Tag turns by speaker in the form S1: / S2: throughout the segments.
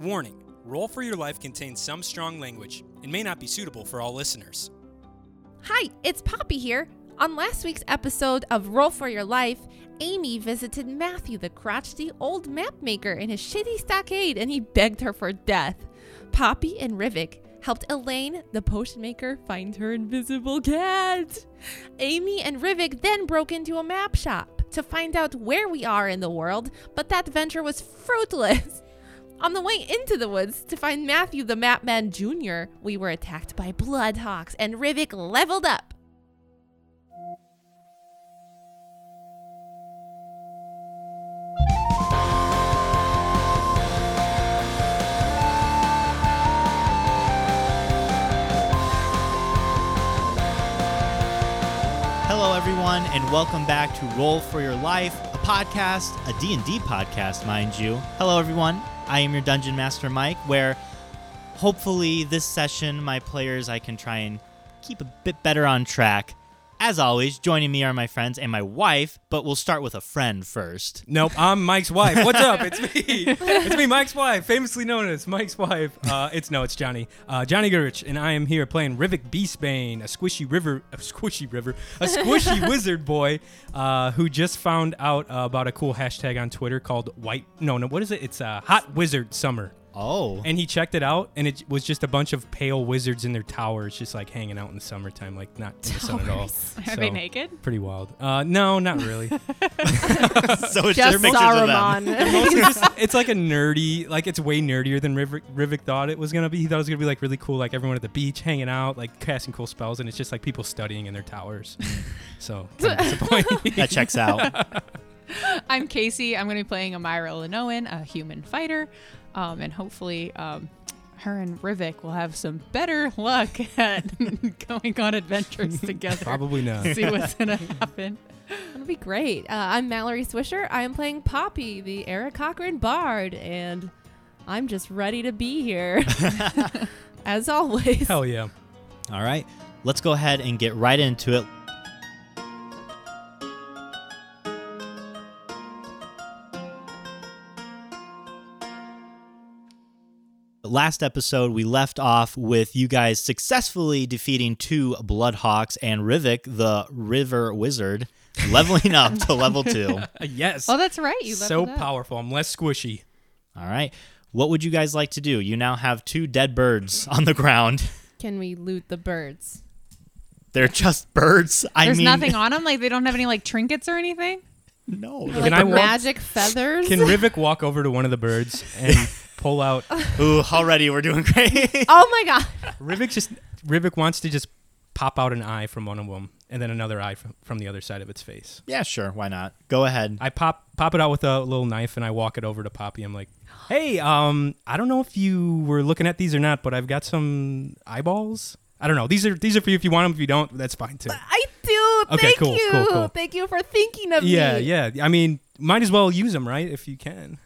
S1: Warning Roll for Your Life contains some strong language and may not be suitable for all listeners.
S2: Hi, it's Poppy here. On last week's episode of Roll for Your Life, Amy visited Matthew, the crotchety old map maker, in his shitty stockade and he begged her for death. Poppy and Rivik helped Elaine, the potion maker, find her invisible cat. Amy and Rivik then broke into a map shop to find out where we are in the world, but that venture was fruitless. On the way into the woods to find Matthew the Map Man Jr., we were attacked by Bloodhawks and Rivik leveled up.
S3: Hello, everyone, and welcome back to Roll for Your Life, a podcast, a D&D podcast, mind you. Hello, everyone. I am your Dungeon Master, Mike, where hopefully this session, my players, I can try and keep a bit better on track. As always, joining me are my friends and my wife, but we'll start with a friend first.
S1: Nope, I'm Mike's wife. What's up? It's me. It's me, Mike's wife, famously known as Mike's wife. Uh, it's no, it's Johnny. Uh, Johnny Goodrich, and I am here playing Rivik Beastbane, a squishy river, a squishy river, a squishy wizard boy uh, who just found out uh, about a cool hashtag on Twitter called White. No, no, what is it? It's uh, Hot Wizard Summer.
S3: Oh,
S1: And he checked it out, and it was just a bunch of pale wizards in their towers, just like hanging out in the summertime, like not in the sun at all.
S4: Are they
S1: So,
S4: naked?
S1: Pretty wild. Uh, no, not really.
S3: so it's just pictures of them.
S1: Mostly just- it's like a nerdy, like it's way nerdier than Rivik, Rivik thought it was gonna be. He thought it was gonna be like really cool, like everyone at the beach hanging out, like casting cool spells, and it's just like people studying in their towers. so kind of disappointing.
S3: That checks out.
S4: I'm Casey. I'm going to be playing Amira Illinoan, a human fighter. Um, and hopefully, um, her and Rivik will have some better luck at going on adventures together.
S1: Probably not.
S4: See what's going to happen.
S2: That'll be great. Uh, I'm Mallory Swisher. I'm playing Poppy, the Eric Cochran Bard, and I'm just ready to be here. As always.
S1: Hell yeah.
S3: All right, let's go ahead and get right into it. Last episode, we left off with you guys successfully defeating two Bloodhawks and Rivik, the River Wizard, leveling up to level two.
S1: Uh, yes.
S4: Oh, that's right. You
S1: so
S4: leveled up.
S1: powerful. I'm less squishy.
S3: All right. What would you guys like to do? You now have two dead birds on the ground.
S2: Can we loot the birds?
S3: They're just birds. I
S4: There's
S3: mean,
S4: nothing on them. Like, they don't have any, like, trinkets or anything.
S3: No.
S1: Can I walk-
S2: magic feathers?
S1: Can Rivik walk over to one of the birds and pull out?
S3: Ooh, already we're doing great.
S2: oh my god.
S1: Rivik just Rivik wants to just pop out an eye from one of them, and then another eye from, from the other side of its face.
S3: Yeah, sure. Why not? Go ahead.
S1: I pop pop it out with a little knife and I walk it over to Poppy. I'm like, "Hey, um, I don't know if you were looking at these or not, but I've got some eyeballs. I don't know. These are these are for you if you want them. If you don't, that's fine too.
S2: I do.
S1: Okay,
S2: Thank
S1: cool,
S2: you.
S1: cool, cool.
S2: Thank you for thinking of
S1: Yeah,
S2: me.
S1: yeah. I mean, might as well use them, right? If you can.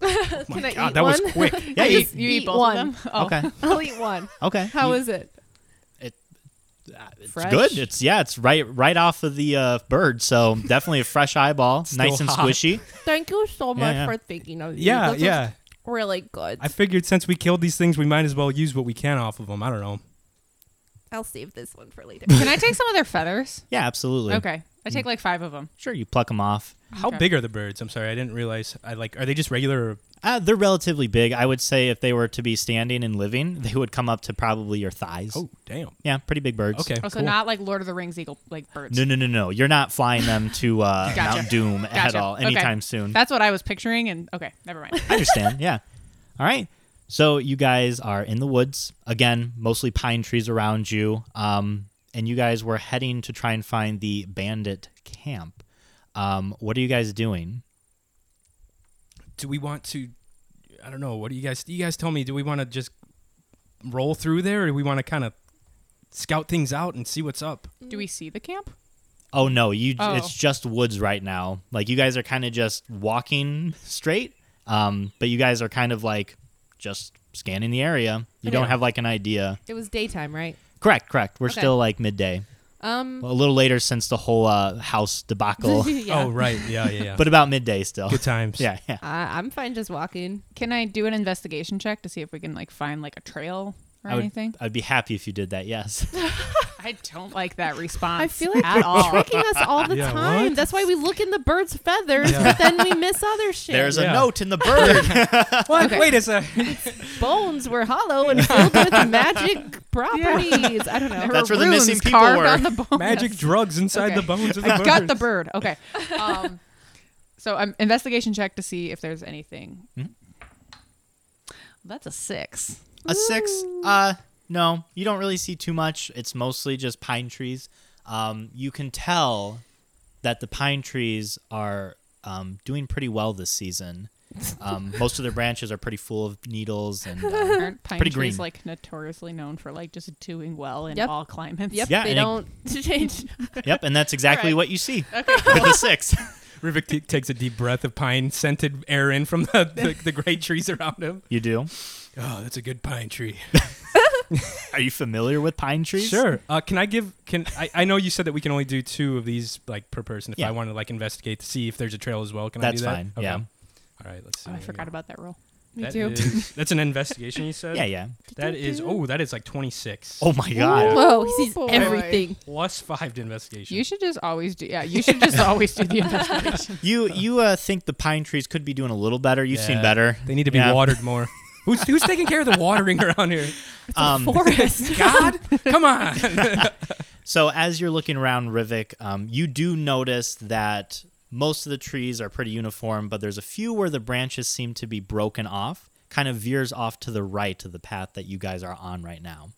S2: yeah. Can I
S1: God,
S2: eat
S1: that was
S2: one?
S1: quick.
S3: Yeah,
S2: I
S3: you-
S2: just
S4: You eat both
S2: one.
S4: of them? Oh.
S3: Okay.
S2: I'll eat one.
S3: Okay.
S2: How
S3: You-
S2: is it?
S3: it's
S4: fresh?
S3: good. It's yeah, it's right right off of the uh, bird, so definitely a fresh eyeball,
S1: Still
S3: nice and
S1: hot.
S3: swishy.
S2: Thank you so
S3: Yeah,
S2: much
S3: yeah.
S2: for thinking of me.
S1: Yeah,
S2: This was
S1: yeah.
S2: Really good.
S1: I figured since we killed these things, we might as well use what we can off of them. I don't know.
S2: I'll save this one for later.
S4: Can I take some of their feathers?
S3: Yeah, absolutely.
S4: Okay. I take, like, five of them.
S3: Sure, you pluck them off.
S1: How
S4: Okay.
S1: big are the birds? I'm sorry, I didn't realize. I like. Are they just regular? Or,
S3: Uh, they're relatively big. I would say if they were to be standing and living, they would come up to probably your thighs.
S1: oh, damn.
S3: Yeah, pretty big birds.
S1: Okay.
S4: Oh, so
S1: cool.
S4: not like Lord of the Rings eagle, like birds.
S3: No, no, no, no. You're not flying them to uh,
S4: Gotcha.
S3: Mount Doom at
S4: Gotcha.
S3: all
S4: Okay.
S3: anytime soon.
S4: That's what I was picturing, and okay, never mind.
S3: I understand. Yeah. All right. So you guys are in the woods again, mostly pine trees around you, um, and you guys were heading to try and find the bandit camp. Um, what are you guys doing?
S1: do we want to i don't know what do you guys you guys tell me do we want to just roll through there or do we want to kind of scout things out and see what's up
S4: Do we see the camp?
S3: Oh no, you
S4: Oh.
S3: it's just woods right now. Like you guys are kind of just walking straight, um, but you guys are kind of like just scanning the area. You don't
S2: Okay.
S3: have like an idea.
S2: it was daytime, right?
S3: Correct, correct. We're
S2: Okay.
S3: still like midday.
S2: Um,
S3: a little later since the whole uh, house debacle,
S2: yeah.
S1: Oh right, yeah, yeah, yeah.
S3: but about midday still.
S1: good times.
S3: Yeah, yeah.
S2: I, I'm fine just walking.
S4: Can I do an investigation check to see if we can like find like a trail or
S3: I would,
S4: anything?
S3: I'd be happy if you did that. Yes.
S4: I don't like that response.
S2: I feel like
S4: at all.
S2: tricking us all the
S1: Yeah,
S2: time.
S1: what?
S2: That's why we look in the bird's feathers,
S1: Yeah.
S2: but then we miss other shit.
S3: There's
S1: Yeah.
S3: a note in the bird.
S1: What?
S4: Okay.
S1: Wait a second.
S2: bones were hollow and filled with magic properties. I don't know.
S4: There
S3: That's
S4: were
S3: where the
S4: runes
S3: missing people
S4: carved
S3: were.
S4: on the bone.
S1: Magic
S4: Yes.
S1: drugs inside
S4: Okay.
S1: the bones of the
S4: I
S1: birds.
S4: got the bird. Okay. Um, so I'm investigation check to see if there's anything.
S3: Hmm.
S4: That's a six.
S3: a six? Uh, no. You don't really see too much. It's mostly just pine trees. Um, you can tell that the pine trees are um, doing pretty well this season. Um, most of their branches are pretty full of needles and. um,
S4: Aren't pine
S3: Pretty
S4: trees
S3: green.
S4: like notoriously known for like just doing well in
S2: Yep.
S4: all climates?
S2: Yep,
S3: Yeah,
S2: they
S3: and it-
S2: don't change.
S3: yep, and that's exactly
S4: Alright.
S3: what you see with a six.
S1: Rivik t- takes a deep breath of pine scented air in from the, the, the great trees around him.
S3: You do.
S1: Oh, that's a good pine tree.
S3: Are you familiar with pine trees?
S1: Sure. Uh, can I give? Can I? I know you said that we can only do two of these like per person. If
S3: Yeah.
S1: I want to like investigate to see if there's a trail as well, can I
S3: That's
S1: do that?
S3: fine, yeah.
S1: All right. Let's see.
S4: Oh, I
S1: what we
S4: forgot
S1: got.
S4: about that rule.
S2: Me
S1: That
S2: too.
S1: is- that's an investigation. You said.
S3: Yeah, yeah.
S1: That is. Oh, that is like 26.
S3: Oh my god.
S2: Whoa, he sees
S4: boy.
S2: everything.
S1: Plus five to investigation.
S4: You should just always do. Yeah, you should just always do the investigation.
S3: You you uh, think the pine trees could be doing a little better? You've seen
S1: Yeah.
S3: better.
S1: They need to be
S3: Yeah.
S1: watered more. who's who's taking care of the watering around here?
S3: Um,
S2: Forest.
S1: God, come on.
S3: So as you're looking around Rivik, um, you do notice that most of the trees are pretty uniform, but there's a few where the branches seem to be broken off, kind of veers off to the right of the path that you guys are on right now.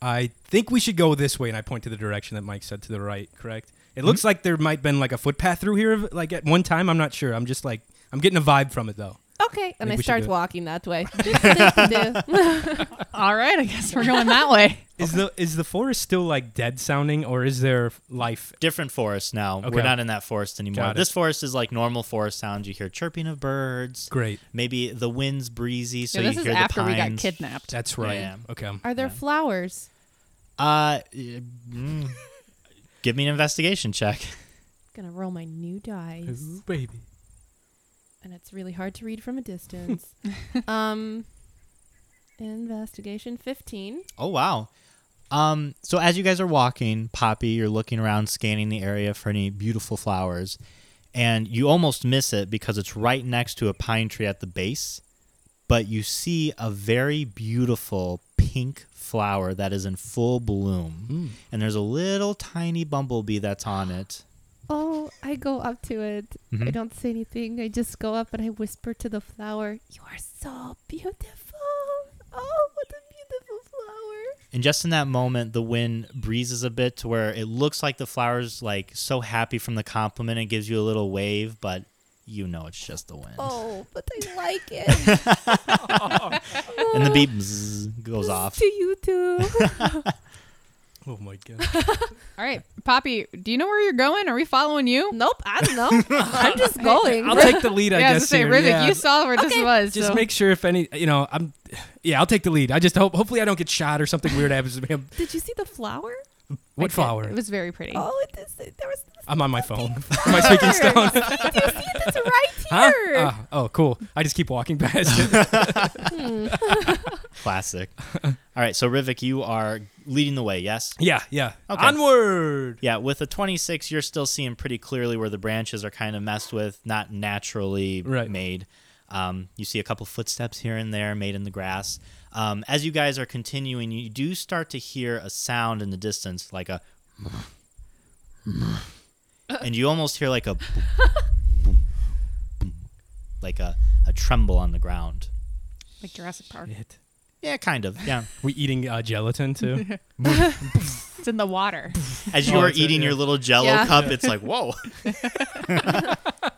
S1: I think we should go this way, and I point to the direction that Mike said to the right. Correct. It looks like there might been like a footpath through here, of- like at one time. I'm not sure. I'm just like I'm getting a vibe from it though.
S2: Okay, and
S1: Maybe we
S2: I
S1: should
S2: start
S1: do it.
S2: walking that way. Just to do.
S4: all right, I guess we're going that way.
S1: Is the is the forest still like dead sounding, or is there life?
S3: Different forest now.
S1: Okay.
S3: We're not in that forest anymore.
S1: Got it.
S3: This forest is like normal forest sounds. You hear chirping of birds.
S1: Great.
S3: Maybe the wind's breezy, so
S4: Yeah,
S3: you
S4: this is
S3: hear
S4: after
S3: the
S4: we
S3: pines.
S4: got kidnapped.
S1: That's right.
S3: Yeah.
S1: Okay.
S2: Are there flowers?
S3: Uh, mm, give me an investigation check.
S2: gonna roll my new dice,
S1: Ooh, baby.
S2: and it's really hard to read from a distance. um, investigation fifteen.
S3: Oh wow. Um, so as you guys are walking, Poppy, you're looking around, scanning the area for any beautiful flowers, and you almost miss it because it's right next to a pine tree at the base. But you see a very beautiful pink flower that is in full bloom,
S1: Hmm.
S3: and there's a little tiny bumblebee that's on it.
S2: Oh, I go up to it. I
S3: Mhm.
S2: don't say anything. I just go up and I whisper to the flower, "You are so beautiful." Oh, what a beautiful flower!
S3: And just in that moment, the wind breezes a bit to where it looks like the flower's like so happy from the compliment and gives you a little wave, but you know it's just the wind.
S2: Oh, but I like it.
S3: and the beep bzz goes off.
S2: to you too.
S1: Oh my god.
S4: All right, Poppy, do you know where you're going? Are we following you?
S2: nope, I don't know. I'm just going.
S1: I'll take the lead. Mm, I
S4: yeah, I was
S1: guess.
S4: to say,
S1: here.
S4: Rivik,
S1: Yeah.
S4: you saw where this was.
S1: just
S4: so.
S1: make sure if any, you know, I'm. Yeah, I'll take the lead. I just hope. Hopefully, I don't get shot or something weird happens to me.
S2: Did you see the flower?
S4: I
S1: What
S4: did.
S1: flower?
S4: It was very pretty.
S2: Oh, it is. There was. This
S1: I'm on my phone. my speaking stone.
S2: it's right
S1: Huh?
S2: here.
S1: Ah, oh, cool. I just keep walking past it.
S3: Classic. All right, so Rivik, you are leading the way, yes?
S1: yeah, yeah.
S3: Okay.
S1: Onward.
S3: Yeah, with a 26, you're still seeing pretty clearly where the branches are kind of messed with, not naturally
S1: Right.
S3: made. Um, you see a couple footsteps here and there made in the grass. Um, as you guys are continuing, you do start to hear a sound in the distance, like a. and you almost hear like a. like a, a tremble on the ground.
S4: Like Jurassic Park.
S1: Shit.
S3: Yeah, kind of. Yeah.
S1: We eating uh, gelatin too.
S4: It's in the water.
S3: As you
S1: Oh,
S3: are
S1: it's a-
S3: eating
S1: yeah.
S3: your little Jello
S2: Yeah.
S3: cup, it's like whoa.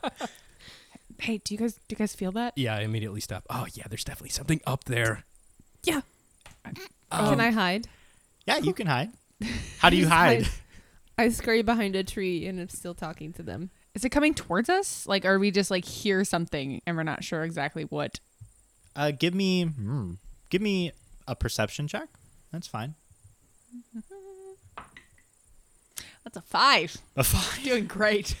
S4: hey, do you guys do you guys feel that?
S1: yeah, I immediately stop. Oh yeah, there's definitely something up there.
S2: Yeah. Can I hide?
S3: Yeah, you can hide. How do you hide?
S2: I scurry behind a tree and I'm still talking to them.
S4: Is it coming towards us? Like, are we just like hear something and we're not sure exactly what?
S3: Uh, give me, hmm, give me a perception check. That's fine.
S4: That's a five.
S3: A five.
S4: Doing great.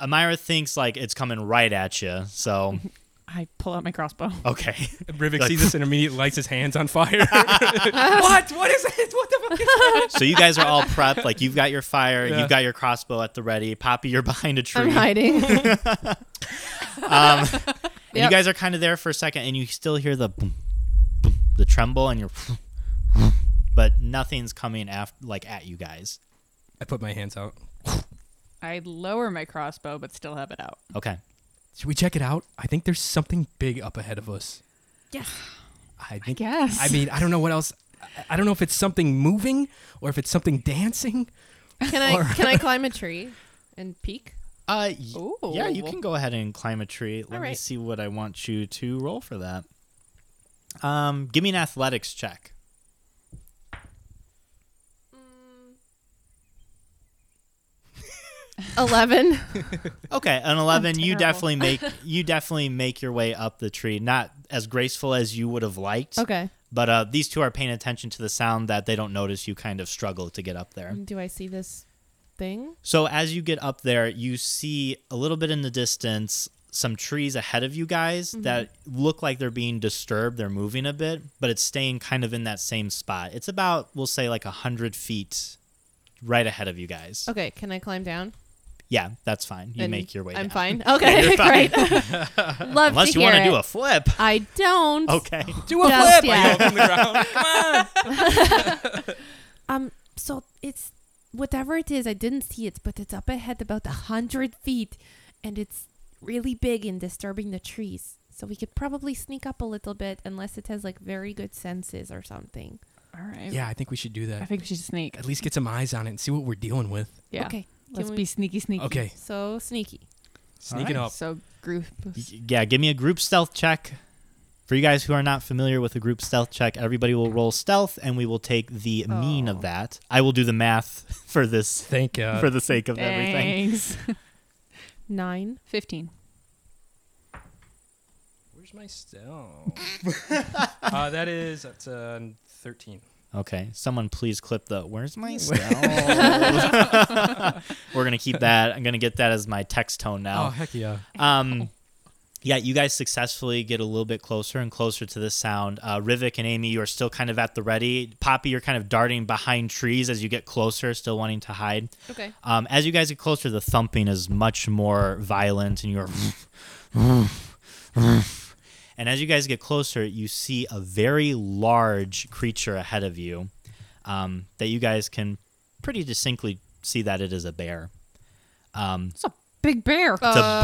S3: Amira thinks like it's coming right at you. So
S4: I pull out my crossbow.
S3: okay.
S1: Rivik
S3: Like-
S1: sees this and immediately lights his hands on fire. what? What is it? What the fuck is that?
S3: So you guys are all prepped. Like you've got your fire,
S1: Yeah.
S3: you've got your crossbow at the ready. Poppy, you're behind a tree.
S2: I'm hiding.
S3: Um, and You
S2: Yep.
S3: guys are kind of there for a second, and you still hear the boom, boom, the tremble, and you're, but nothing's coming after like at you guys.
S1: I put my hands out.
S4: I lower my crossbow, but still have it out.
S3: Okay.
S1: Should we check it out? I think there's something big up ahead of us.
S2: Yes.
S1: I think.
S4: guess.
S1: I mean, I don't know what else. I- I don't know if it's something moving or if it's something dancing.
S2: Can
S1: Or-
S2: I can I climb a tree and peek?
S3: Uh, y-
S4: Ooh.
S3: yeah, you can go ahead and climb a tree. Let
S2: All
S3: me
S2: right.
S3: see what I want you to roll for that. Um, give me an athletics check.
S2: Eleven.
S3: Okay, an 11 you
S4: terrible.
S3: definitely make you definitely make your way up the tree. Not as graceful as you would have liked.
S2: okay.
S3: But uh, these two are paying attention to the sound that they don't notice you kind of struggle to get up there.
S2: Do I see this thing?
S3: So as you get up there, you see a little bit in the distance some trees ahead of you guys
S2: Mm-hmm.
S3: that look like they're being disturbed. They're moving a bit, but it's staying kind of in that same spot. It's about, we'll say, like a 100 feet right ahead of you guys.
S2: Okay. Can I climb down?
S3: Yeah, that's fine. You
S2: And
S3: make your way
S2: I'm
S3: down.
S2: fine. Okay.
S3: you're fine.
S2: Great. Love
S3: Unless
S2: to
S3: you
S2: hear
S3: want
S2: it.
S3: to Oh, do a flip.
S2: I don't.
S3: Okay.
S1: Do a
S2: Just
S1: flip! I yell
S2: yet.
S1: from the ground. Come on!
S2: Um. So it's whatever it is. I didn't see it, but it's up ahead about a hundred feet, and it's really big and disturbing the trees. So we could probably sneak up a little bit, unless it has like very good senses or something.
S4: All right.
S1: Yeah, I think we should do
S4: I
S1: that.
S4: think we should sneak.
S1: At least get some eyes on it and see what we're dealing with.
S4: Yeah.
S2: Okay. can
S4: Let's
S2: we-
S4: be sneaky, sneaky.
S1: Okay,
S2: so sneaky.
S1: sneaking
S3: All
S1: up.
S4: So group.
S3: Yeah, give me a group stealth check. For you guys who are not familiar with a group stealth check, everybody will roll stealth and we will take the mean of
S4: Oh.
S3: that. I will do the math for this
S1: Thank God.
S3: for the sake of everything.
S4: Thanks.
S2: Nine.
S4: Fifteen.
S1: Where's my stone? uh, that is that's uh, 13.
S3: Okay, someone please clip the where's my stealth? We're going to keep that. I'm going to get that as my text tone now.
S1: Oh heck yeah!
S3: Um, yeah, you guys successfully get a little bit closer and closer to this sound. Uh, Rivik and Amy, you are still kind of at the ready. Poppy, you're kind of darting behind trees as you get closer, still wanting to hide.
S2: Okay.
S3: Um, as you guys get closer, the thumping is much more violent, and you're. And as you guys get closer, you see a very large creature ahead of you um, that you guys can pretty distinctly see that it is a bear. Um,
S4: It's a big bear.
S3: it's a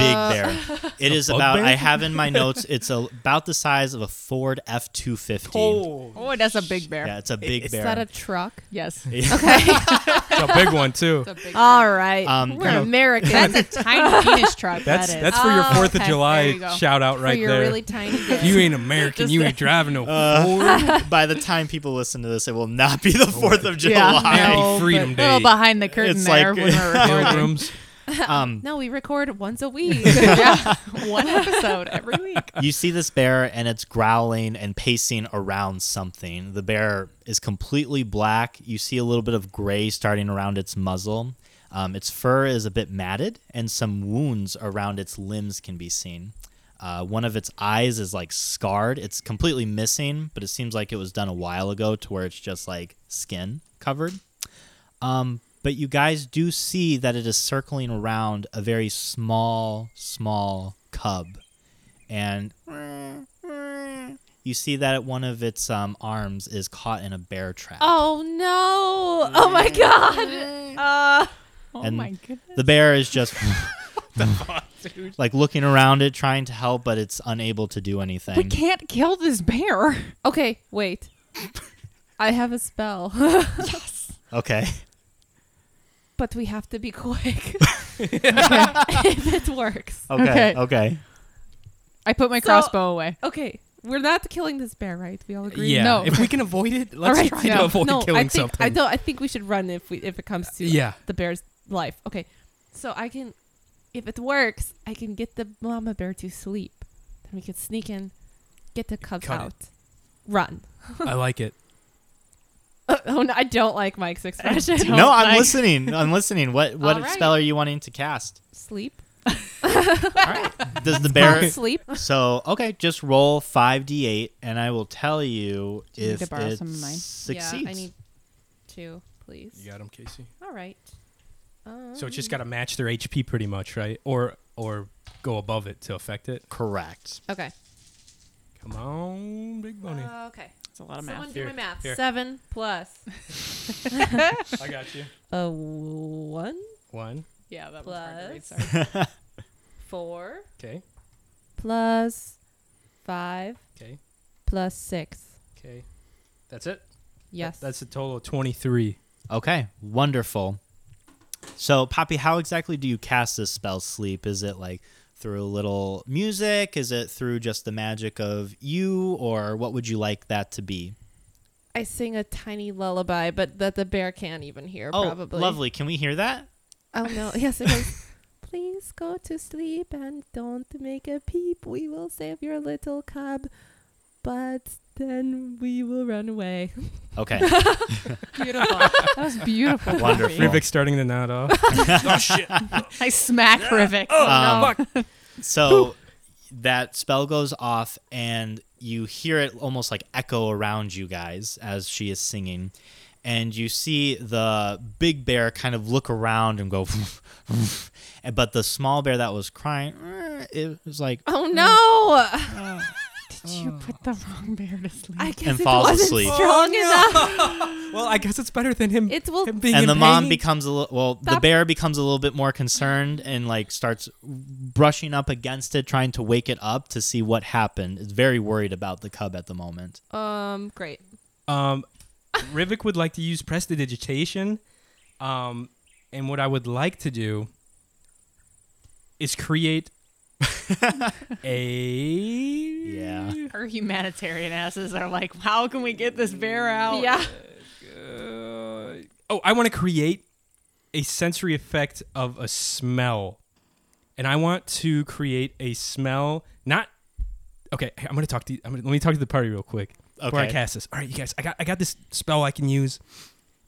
S3: big bear. It is
S1: bug
S3: about.
S1: bear?
S3: I have in my notes. It's a, about the size of a Ford F two fifty.
S4: oh, that's a big bear.
S3: Yeah, it's a big
S1: Is
S3: bear.
S2: Is that a truck?
S4: Yes.
S1: It's a big one too.
S4: It's a big
S2: All right.
S3: Um,
S2: We're
S3: kind of-
S2: American.
S4: That's a tiny penis truck.
S1: That's
S4: that is.
S1: that's for your
S2: Oh,
S1: Fourth of
S4: okay. There
S1: July
S4: you go.
S1: shout out
S2: for
S1: right
S2: your
S1: there.
S2: really tiny. dick.
S1: you ain't American.
S4: Just
S1: you
S4: there.
S1: ain't driving no Ford.
S3: Uh, by the time people listen to this, it will not be the Fourth of July.
S1: no, Freedom
S4: but A little
S1: Day.
S4: behind the curtain
S3: It's
S4: there
S3: like-
S4: when we're recording.
S1: Pilgrims.
S3: Um,
S2: no, we record once a week.
S4: yeah. One episode every week.
S3: you see this bear and it's growling and pacing around something. The bear is completely black. You see a little bit of gray starting around its muzzle. Um, its fur is a bit matted, and some wounds around its limbs can be seen. Uh, one of its eyes is like scarred. It's completely missing, but it seems like it was done a while ago to where it's just like skin covered. Um, but you guys do see that it is circling around a very small, small cub and you see that one of its um, arms is caught in a bear trap.
S2: oh no! Oh my god! Uh,
S4: Oh
S3: And-
S4: my goodness.
S3: The bear is just like looking around it, trying to help, but it's unable to do anything.
S4: We can't kill this bear.
S2: okay, wait. I have a spell,
S3: Okay,
S2: but we have to be quick. if it works.
S3: okay,
S4: Okay.
S3: okay.
S4: I put my
S2: So-
S4: crossbow away.
S2: Okay, we're not killing this bear, right? We all agree.
S1: Yeah.
S4: No.
S1: If we can avoid it, let's
S2: right,
S1: try to
S4: no,
S1: avoid
S2: no,
S1: killing
S2: I think
S1: something.
S2: I don't. I think we should run if we if it comes to
S1: yeah.
S2: the bear's life. Okay, so I can, if it works, I can get the mama bear to sleep. Then we could sneak in, get the cubs
S1: Cut it.
S2: out, run.
S1: I like it.
S2: oh no, I don't like Mike's expression.
S4: don't.
S3: No, I'm
S4: like-
S3: listening. I'm listening. What what
S2: All right.
S3: spell are you wanting to cast?
S2: Sleep.
S3: Does the
S2: Don't
S3: bear?
S2: sleep.
S3: So okay, just roll five d8, and I will tell you
S4: Do you need
S3: if
S4: to borrow
S3: it
S4: some of mine?
S3: succeeds.
S2: Yeah, I need two, please.
S1: You got him, Casey.
S2: All right. Um,
S1: So it's just got to match their HP pretty much, right? Or or go above it to affect it.
S3: Correct.
S2: Um, okay.
S1: Come on, big bunny.
S2: Uh, okay.
S4: It's a lot of
S2: Someone
S4: math.
S2: do
S1: Here,
S2: my math.
S1: here.
S2: Seven plus
S1: I got you.
S2: a one,
S1: One.
S4: Yeah, that
S2: was hard to read,
S4: Sorry.
S2: four
S1: Okay.
S2: plus five
S1: Okay.
S2: plus six.
S1: Okay. That's it.
S2: Yes.
S1: That's a total of twenty-three.
S3: Okay, wonderful. So, Poppy, how exactly do you cast this spell sleep? Is it like through little music? Is it through just the magic of you? Or what would you like that to be?
S2: I sing a tiny lullaby, but that the bear can't even hear.
S3: Oh,
S2: probably.
S3: lovely. Can we hear that?
S2: Oh no! Yes, it goes. Please go to sleep and don't make a peep. We will save your little cub, but then we will run away.
S3: Okay,
S4: Beautiful. that was beautiful.
S3: wonderful.
S1: Rivik starting the night off. oh shit!
S4: I smack Rivik. Oh,
S3: Um, So that spell goes off, and you hear it almost like echo around you guys as she is singing. And you see the big bear kind of look around and go, and- but the small bear that was crying, eh, it was like,
S2: Oh no!
S4: Did you put the wrong bear to sleep?
S2: I guess
S3: And
S2: it
S3: falls
S2: wasn't
S3: asleep.
S2: strong enough.
S1: well, I guess it's better than him.
S2: It will-
S1: him being
S3: and
S1: in
S3: the mom
S1: pain.
S3: becomes a little well the
S2: Stop.
S3: bear becomes a little bit more concerned and like starts brushing up against it trying to wake it up to see what happened is very worried about the cub at the moment
S2: Um, great.
S1: Um, Rivik would like to use prestidigitation. Um, and what I would like to do is create a
S3: yeah
S4: Her humanitarian asses are like, how can we get this bear out?
S2: Yeah.
S1: Uh, oh, I want to create a sensory effect of a smell, and I want to create a smell. Not okay. I'm gonna talk to. I'm gonna, let me talk to the party real quick before I
S3: Okay.
S1: cast this. All right, you guys. I got. I got this spell I can use.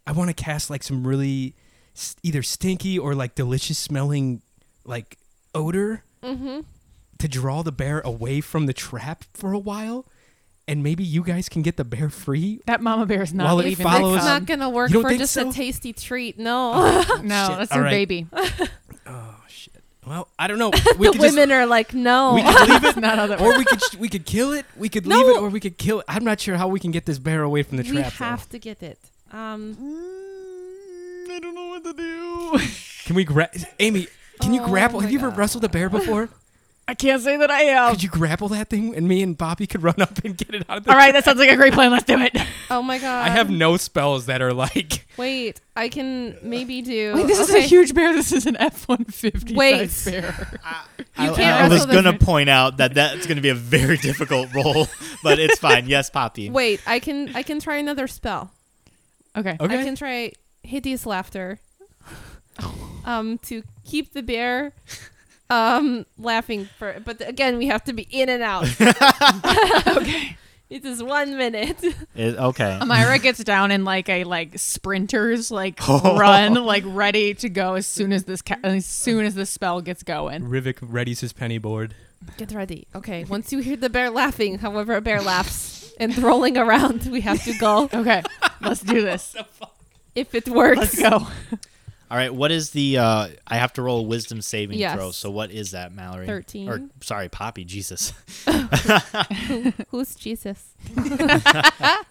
S1: I want to cast like some really s- either stinky or like delicious smelling like odor
S2: mm-hmm.
S1: to draw the bear away from the trap for a while. And maybe you guys can get the bear free
S4: That mama bear is not
S1: While it
S4: leaving
S1: follows-
S4: the
S2: It's not
S4: cub.
S2: gonna work
S1: um, You don't
S2: for
S1: think
S2: just
S1: so?
S2: a tasty treat. No,
S4: no,
S1: Shit,
S4: that's
S1: all
S4: her
S1: right.
S4: baby.
S1: Oh shit. Well, I don't know. We
S2: the
S1: could just-
S2: women are like,
S1: we
S2: no.
S1: could leave it,
S4: It's not other.
S1: or we could we could kill it. We could leave it, or we could kill it. I'm not sure how we can get this bear away from the
S2: We
S1: trap. though.
S2: have to get it. Um,
S3: i don't know what to do
S1: Can we grab? Amy, can you
S2: Oh
S1: grapple?
S2: my
S1: Have you ever wrestled a bear before?
S4: I can't say that I am.
S1: could you grapple that thing? And me and Bobby could run up and get it out of the.
S4: All right, um, that sounds like a great plan. Let's do it.
S2: oh my god.
S1: I have no spells that are like.
S2: Wait, I can maybe do.
S4: Wait, this is
S2: okay.
S4: a huge bear. This is an F one fifty
S2: Wait.
S4: size bear.
S3: I,
S2: can't
S3: I was
S2: wrestle this
S3: gonna
S2: one.
S3: point out that that's gonna be a very difficult role but it's fine yes poppy
S2: Wait, I can I can try another spell.
S4: Okay.
S1: Okay.
S2: I can try hideous laughter. um, to keep the bear, um, laughing for. But again, we have to be in and out.
S4: okay.
S2: it is one minute.
S3: It- okay
S2: Um,
S4: Amira gets down in like a like sprinter's like run, like ready to go as soon as this ca- as soon as this spell gets going.
S1: Rivik readies his penny board.
S2: Get ready. Okay. Once you hear the bear laughing, however a bear laughs and rolling around, we have to go.
S4: Okay, let's do this.
S2: If it works,
S4: Let's go.
S3: all right what is the uh i have to roll a wisdom saving
S2: Yes.
S3: throw so what is that mallory
S2: 13.
S3: or sorry poppy jesus
S2: Who's Jesus?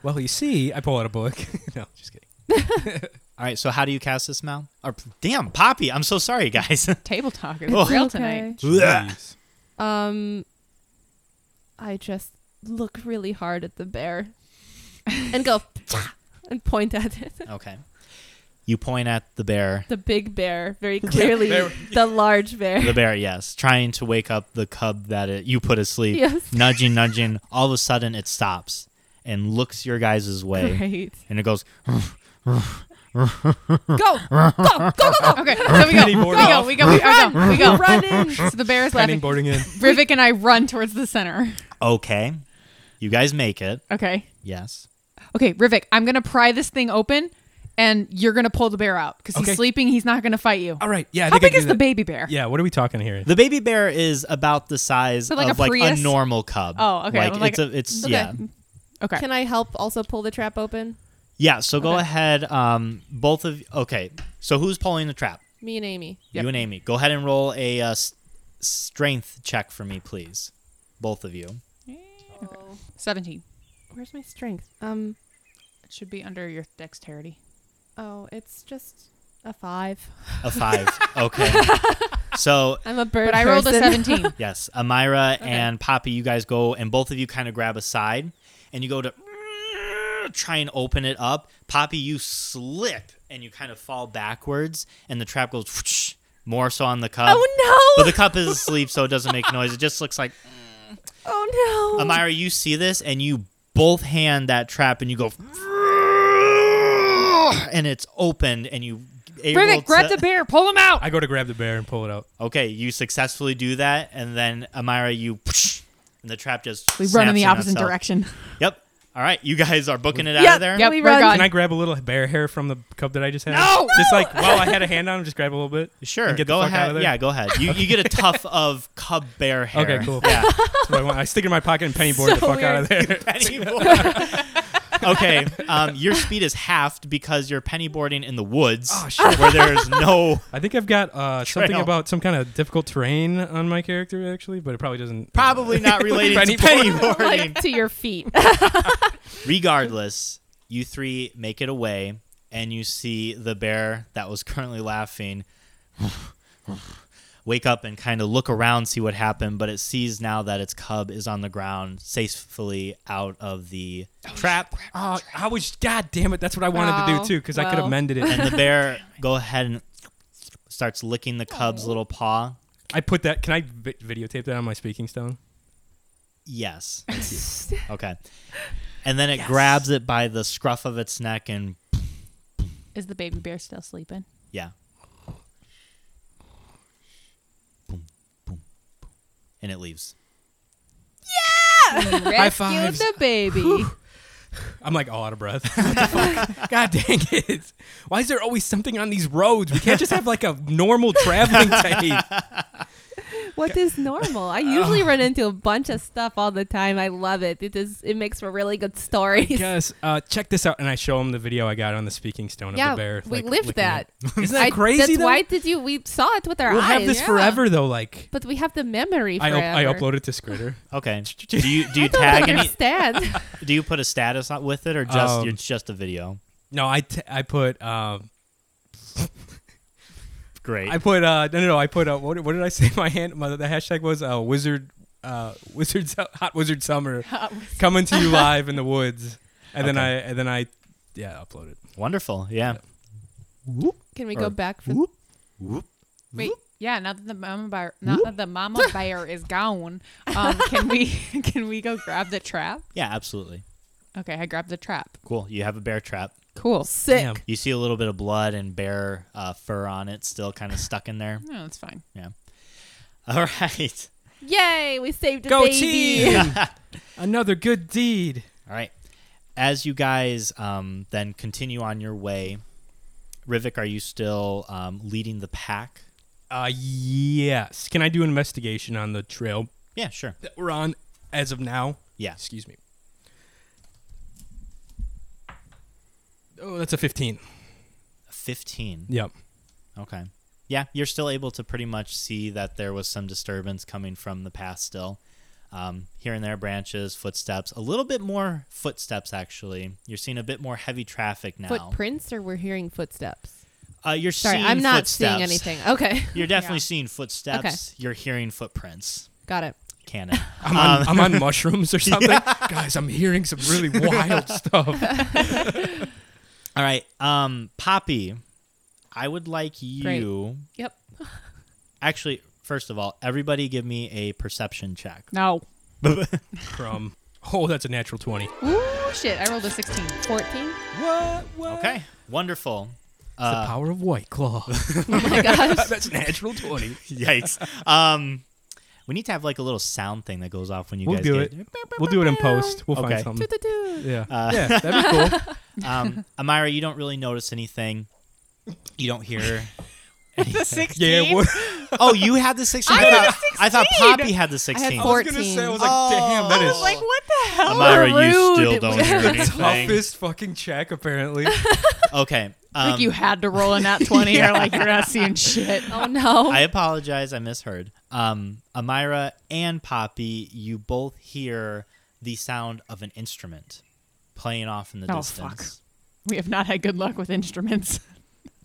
S1: Well, you see, I pull out a book. no, just kidding.
S3: All right, so how do you cast this, Mal? Or, damn, Poppy, I'm so sorry, guys.
S4: Table talk is
S3: Oh.
S4: real tonight.
S1: Jeez.
S2: Um, I just look really hard at the bear and go and point at it.
S3: okay. You point at the bear.
S2: The big bear, very clearly,
S1: bear.
S2: the large bear.
S3: The bear, yes, trying to wake up the cub that it, you put asleep.
S2: Yes.
S3: Nudging, nudging. All of a sudden, it stops and looks your guys' way.
S2: Great.
S3: And it goes,
S2: Go, go, go, go, go.
S4: Okay, so we go. We
S1: Penny board
S4: go.
S1: off.
S4: We go. We go. We go.
S2: Run in.
S4: So the bear is
S1: Penny
S4: laughing.
S1: boarding in.
S4: Rivik and I run towards the center.
S3: okay. You guys make it.
S4: Okay.
S3: Yes.
S4: okay, Rivik, I'm gonna pry this thing open, and you're gonna pull the bear out because
S1: Okay.
S4: he's sleeping. He's not gonna fight you.
S1: All right. Yeah. I
S4: How
S1: think I
S4: big
S1: can
S4: is
S1: do
S4: the
S1: that.
S4: baby bear?
S1: Yeah. What are we talking here?
S3: The baby bear is about the size
S4: So like
S3: of
S4: a
S3: like a
S4: Prius?
S3: normal cub.
S4: Oh, okay.
S3: Like,
S4: Well, like
S3: it's a, it's
S2: Okay.
S3: yeah,
S4: Okay.
S2: Can I help also pull the trap open?
S3: yeah. So go
S4: Okay.
S3: ahead, um, both of okay. So who's pulling the trap?
S2: Me and Amy.
S4: Yep.
S3: You and Amy. Go ahead and roll a uh, s- strength check for me, please, both of you.
S2: Oh,
S4: Seventeen.
S2: where's my strength? Um.
S4: It should be under your dexterity.
S2: Oh, it's just a five.
S3: A five. okay. So
S2: I'm a bird.
S4: But I rolled a
S2: person.
S4: seventeen.
S3: Yes, Amira and Poppy, you guys go and both of you kind of grab a side and you go to try and open it up. Poppy, you slip and you kind of fall backwards, and the trap goes whoosh, more so on the cup.
S2: oh no!
S3: But the cup is asleep, so it doesn't make noise. It just looks like
S2: oh no!
S3: Amira. You see this, and you both hand that trap, and you go, and it's opened, and you. able
S4: Rivik, grab
S3: to-
S4: the bear. Pull him out.
S1: I go to grab the bear and pull it out.
S3: Okay, you successfully do that, and then Amira, you and the trap just
S4: We run
S3: snaps
S4: in the opposite
S3: itself.
S4: direction.
S3: Yep. All right, you guys are booking it out
S2: Yep,
S3: of there.
S4: Yep,
S2: We
S4: we're
S2: run.
S4: gone.
S1: Can I grab a little bear hair from the cub that I just had?
S3: No!
S1: Just like while I had a hand on him, just grab a little bit.
S3: Sure.
S1: And get the
S3: go
S1: fuck
S3: ahead.
S1: out of there?
S3: Yeah, go ahead. You, you get a tuff of cub bear hair.
S1: Okay, cool.
S3: Yeah.
S1: That's what I, want. I stick it in my pocket and penny board the
S2: So
S1: fuck out of there.
S3: Penny board. okay. Um, your speed is halved because you're penny boarding in the woods
S1: Oh, shit.
S3: where there's no.
S1: I think I've got uh, something
S3: Trail.
S1: about some kind of difficult terrain on my character actually, but it probably doesn't.
S3: Probably not related
S1: Penny
S3: to penny
S1: board.
S3: boarding.
S2: like to your feet.
S3: Regardless, you three make it away, and you see the bear that was currently laughing wake up and kind of look around, see what happened, but it sees now that its cub is on the ground safely out of the trap.
S1: Uh, I was. God damn it! That's what I wanted to
S4: Oh,
S1: do too, because I could have
S4: well.
S1: mended it.
S3: And the bear go ahead and starts licking the cub's little paw.
S1: I put that. Can I vi- videotape that on my speaking stone?
S3: Yes. Okay. And then it grabs it by the scruff of its neck and
S4: Is the baby bear still sleeping?
S3: Yeah. Boom, boom, boom. And it leaves.
S4: Rescue
S1: fives.
S4: the baby.
S1: I'm like all out of breath. What the fuck? God dang it! Why is there always something on these roads? We can't just have like a normal traveling tape.
S2: what is normal? I
S1: Oh.
S2: usually run into a bunch of stuff all the time. I love it. It is. It makes for really good stories.
S1: Guys, uh, check this out, and I show him the video I got on the speaking stone of the bear.
S2: we
S1: like, licking
S2: lived that.
S1: it. Isn't
S2: I-
S1: that crazy?
S2: That's
S1: though?
S2: why did you? We saw it with our
S1: We'll
S2: eyes.
S1: have this
S2: Yeah.
S1: forever though. Like
S2: But we have the memory
S1: I,
S2: forever.
S1: up- I uploaded to Skritter.
S3: Okay. Do you do you
S2: Don't
S3: tag any?
S2: understand.
S3: Do you put a status on- with it or just
S1: Um,
S3: it's just a video?
S1: No, I t- I put um
S3: Great.
S1: I put uh no no, no I put uh what, what did I say my hand my the hashtag was uh wizard uh wizard Su- hot wizard summer coming to you live in the woods and then I
S3: Okay.
S1: and then I yeah uploaded
S3: Wonderful. Yeah.
S2: Can we
S3: Or-
S2: go back? For,
S3: Whoop, whoop.
S4: Wait, yeah. Now that the mama bear, now that the mama bear is gone, um, can we can we go grab the trap?
S3: Yeah, absolutely.
S4: Okay, I grabbed the trap.
S3: Cool. You have a bear trap.
S4: Cool.
S2: sick.
S1: Damn.
S3: You see a little bit of blood and bear uh, fur on it, still kind of stuck in there.
S4: No, it's fine.
S3: All right.
S2: Yay! We saved a
S1: go
S2: baby.
S1: team another good deed
S3: All right. As you guys um, then continue on your way, Rivik, are you still um, leading the pack?
S1: uh yes can I do an investigation on the trail
S3: Yeah, sure.
S1: that we're on as of now
S3: Yeah.
S1: excuse me oh that's a fifteen
S3: 15.
S1: yep
S3: Okay. Yeah, you're still able to pretty much see that there was some disturbance coming from the past still. Um, here and there, branches, footsteps, a little bit more footsteps, actually. You're seeing a bit more heavy traffic now.
S2: Footprints, or we're hearing footsteps.
S3: Uh, you're
S2: Sorry,
S3: seeing
S2: I'm not
S3: footsteps.
S2: seeing anything. Okay,
S3: You're definitely
S4: Yeah.
S3: seeing footsteps. You're hearing footprints.
S2: got it.
S3: Canon.
S1: I'm on, I'm on mushrooms or something. Guys, I'm hearing some really wild stuff.
S3: All right. Um, Poppy, I would like you.
S2: Yep.
S3: Actually, first of all, everybody give me a perception check.
S4: No.
S1: From oh, that's a natural twenty.
S4: Ooh, shit! I rolled a sixteen.
S2: Fourteen.
S1: What? What?
S3: Okay. Wonderful.
S1: It's the power of White Claw.
S2: Oh my gosh.
S1: that's natural twenty.
S3: Yikes. Um, We need to have like a little sound thing that goes off when you
S1: We'll
S3: guys
S1: do
S3: get.
S1: it. We'll do it in post. We'll find
S3: Okay.
S1: something.
S2: Doo-doo-doo.
S1: Yeah.
S3: Uh,
S1: yeah, that'd be cool.
S3: Um, Amira, you don't really notice anything. You don't hear.
S4: the 16.
S1: Yeah, it would.
S3: Oh, you had the 16?
S4: I
S3: I,
S4: had
S3: thought,
S4: the
S3: I thought
S4: 16.
S3: Poppy had the 16.
S1: I was gonna
S4: 14.
S1: say, I was like, damn, that
S3: Oh.
S1: is
S4: Like, what the hell?
S3: Amira, you
S2: rude.
S3: still don't hear
S1: the
S3: anything.
S1: toughest fucking check, apparently. Oh,
S3: Okay. Um,
S4: like, you had to roll in that 20 or like you're not seeing shit.
S2: Oh no.
S3: I apologize. I misheard. Um, Amira and Poppy, you both hear the sound of an instrument playing off in the
S4: Oh,
S3: distance.
S4: fuck. We have not had good luck with instruments.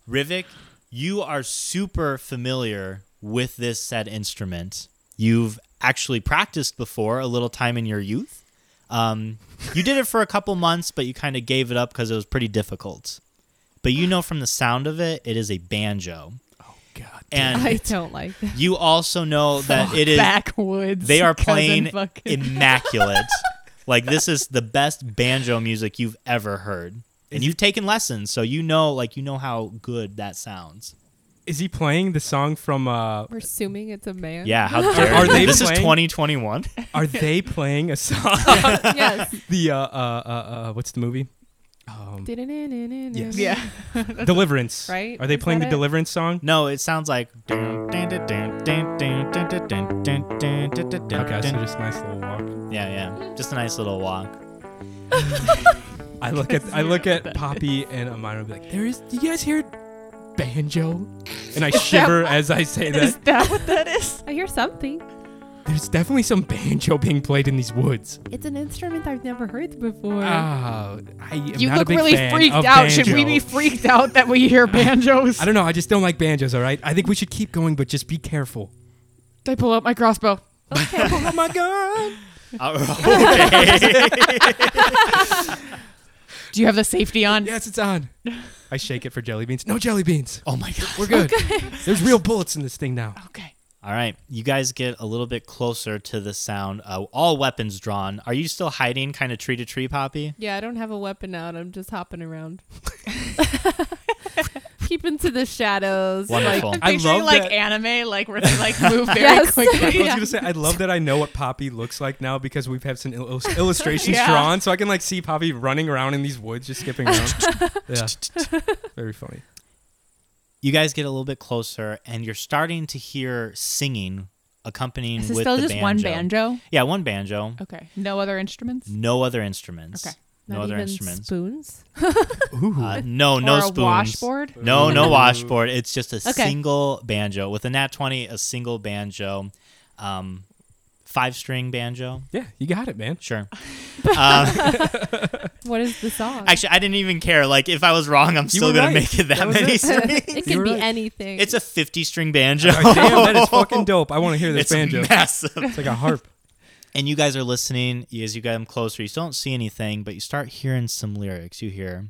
S3: Rivik, you are super familiar with this said instrument. You've actually practiced before a little time in your youth. Um, you did it for a couple months, but you kind of gave it up because it was pretty difficult. But you know from the sound of it, it is a banjo.
S1: God.
S3: And
S4: don't like that.
S3: you also know that it is
S4: Backwoods.
S3: they are
S4: cousin
S3: playing
S4: fucking-
S3: immaculate. like this is the best banjo music you've ever heard. And you've taken lessons, so you know like you know how good that sounds.
S1: Is he playing the song from? Uh,
S2: We're assuming it's a man.
S3: Yeah, how dare
S1: Are
S3: you.
S1: they
S3: This is
S1: playing-
S3: 2021.
S1: are they playing a song?
S2: yes.
S1: the uh, uh, uh, uh, what's the movie? Um, Yes.
S4: Yeah.
S1: Deliverance.
S2: Right?
S1: Are they
S2: Is
S1: playing the
S2: that it?
S1: Deliverance song?
S3: No, it sounds like. Okay,
S1: Okay, so just a nice little walk.
S3: Yeah, yeah. Just a nice little walk.
S1: I look at I look at Poppy and Amira and be like, there is. Do you guys hear banjo? And I shiver as I say
S4: Is
S1: that.
S4: that what that is?
S2: I hear something.
S1: There's definitely some banjo being played in these woods.
S2: It's an instrument I've never heard before.
S1: Ah, I am
S4: you
S1: not
S4: look
S1: a big
S4: really
S1: fan
S4: freaked
S1: of
S4: out. Should we
S1: banjo.
S4: be freaked out that we hear banjos?
S1: I don't know. I just don't like banjos. All right. I think we should keep going, but just be careful.
S4: I pull out my crossbow.
S1: oh my god.
S3: Oh, okay.
S4: Do you have the safety on?
S1: Yes, it's on. I shake it for jelly beans. No jelly beans.
S3: oh my god.
S1: We're good. There's real bullets in this thing now.
S4: Okay.
S3: All right, you guys get a little bit closer to the sound. Uh, all weapons drawn. Are you still hiding, kind of tree to tree, Poppy?
S2: Yeah, I don't have a weapon out. I'm just hopping around. Keep into the shadows.
S3: Wonderful.
S4: I'm
S1: I
S4: picturing
S1: love
S4: like
S1: that-
S4: anime, like where they like move very
S2: Yes.
S4: quickly.
S1: I was gonna say I love that I know what Poppy looks like now because we've had some il- illustrations
S4: Yeah.
S1: drawn, so I can like see Poppy running around in these woods, just skipping around. yeah, very funny.
S3: You guys get a little bit closer, and you're starting to hear singing accompanying
S4: Is
S3: with
S4: it still
S3: the
S4: just
S3: banjo.
S4: one banjo?
S3: Yeah, one banjo.
S4: Okay. No other instruments?
S3: No other instruments.
S4: Okay.
S3: No
S2: Not
S3: other
S2: even
S3: instruments.
S2: spoons.
S3: Uh, no, no
S4: or
S3: spoons.
S4: a washboard?
S3: No, no
S1: Ooh.
S3: washboard. It's just a
S2: Okay.
S3: single banjo with a nat twenty, a single banjo, um, five string banjo.
S1: Yeah, you got it, man.
S3: Sure. Um,
S2: What is the song?
S3: actually, I didn't even care. Like, if I was wrong, I'm still
S1: were
S3: gonna
S1: right.
S3: make it that,
S1: That was
S3: many
S1: it.
S3: strings.
S2: it can
S1: You're
S2: be
S1: right.
S2: anything.
S3: it's a fifty string banjo.
S1: All right, damn, that is fucking dope. I want to hear this
S3: It's
S1: banjo.
S3: massive.
S1: It's like a harp.
S3: And you guys are listening as you get them closer. You still don't see anything, but you start hearing some lyrics. You hear,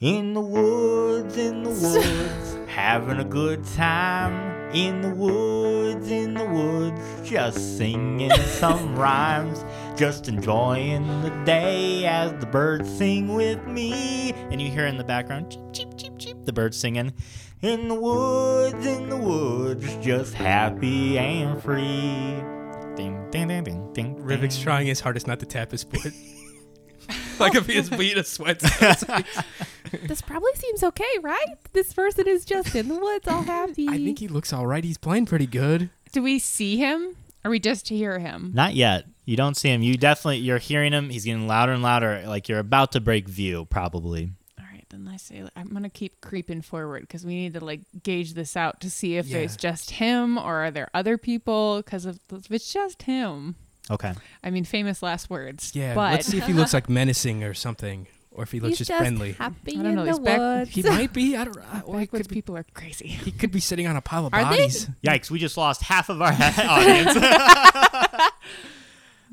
S3: "In the woods, in the woods, having a good time. In the woods, in the woods, just singing some rhymes, just enjoying the day as the birds sing with me." And you hear in the background, cheep cheep cheep cheep, the birds singing. In the woods, in the woods, just happy and free. Ding, ding, ding, ding, ding.
S1: Rivik's
S3: ding.
S1: trying his hardest not to tap his foot. like if he is beat a sweat. I
S2: this probably seems okay, right? This person is just in the woods, all happy.
S1: think he looks all right. He's playing pretty good.
S4: Do we see him? Or we just hear him?
S3: Not yet. You don't see him. You definitely you're hearing him. He's getting louder and louder. Like you're about to break view, probably.
S4: All right, then I say I'm gonna keep creeping forward because we need to like gauge this out to see if
S1: Yeah.
S4: it's just him or are there other people. Because if, if it's just him,
S3: Okay.
S4: I mean, famous last words.
S1: Yeah,
S4: but
S1: let's see if he looks like menacing or something, or if he looks
S2: He's
S1: just,
S2: just,
S1: friendly.
S2: happy
S4: I don't
S2: in
S4: know,
S2: the
S4: he's back-
S2: woods.
S1: he might be. I don't. I- Or he
S4: backwards
S1: could be,
S4: people are crazy.
S1: he could be sitting on a pile of
S2: Are they?
S1: bodies.
S3: Yikes! We just lost half of our audience.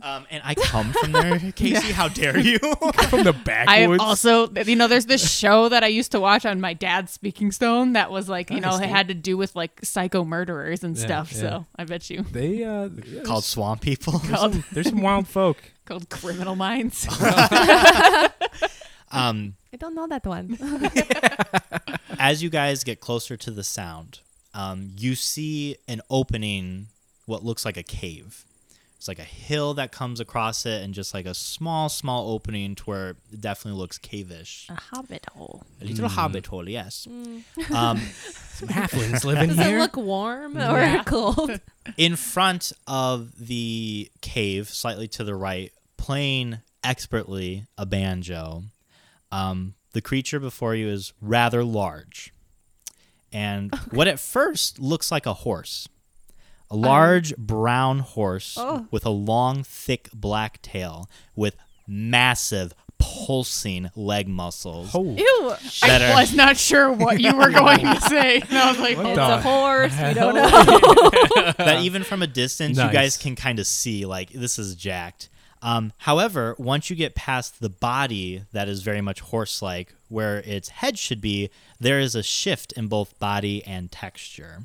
S3: um, and I come from there, Casey. How dare you?
S1: from the
S4: I have
S1: backwoods.
S4: also, you know, there's this show that I used to watch on my dad's Speaking Stone that was like, you know, it
S1: Interesting.
S4: had to do with like psycho murderers and
S1: Yeah,
S4: stuff.
S1: yeah.
S4: So I bet you
S1: they uh,
S3: Called swamp people.
S4: called
S1: There's some wild folk.
S4: called Criminal Minds.
S3: Um,
S2: I don't know that one.
S3: as you guys get closer to the sound, um, you see an opening what looks like a cave. It's like a hill that comes across it, and just like a small, small opening to where it definitely looks cavish.
S2: A hobbit hole.
S3: A little hobbit hole, yes. Um,
S1: Some halflings living
S2: Does
S1: here.
S2: it look warm or
S4: Yeah.
S2: cold?
S3: in front of the cave, slightly to the right, playing expertly a banjo. Um, the creature before you is rather large. And what at first looks like a horse a large brown horse
S2: Oh.
S3: with a long, thick black tail with massive, pulsing leg muscles.
S1: oh,
S2: Ew.
S3: that are-
S4: I was not sure what you were going to say. And I was like,
S1: What
S4: oh,
S2: It's
S1: the-
S2: a horse. We don't know.
S3: that even from a distance
S1: Nice.
S3: you guys can kind of see like this is jacked um, however once you get past the body that is very much horse-like where its head should be there is a shift in both body and texture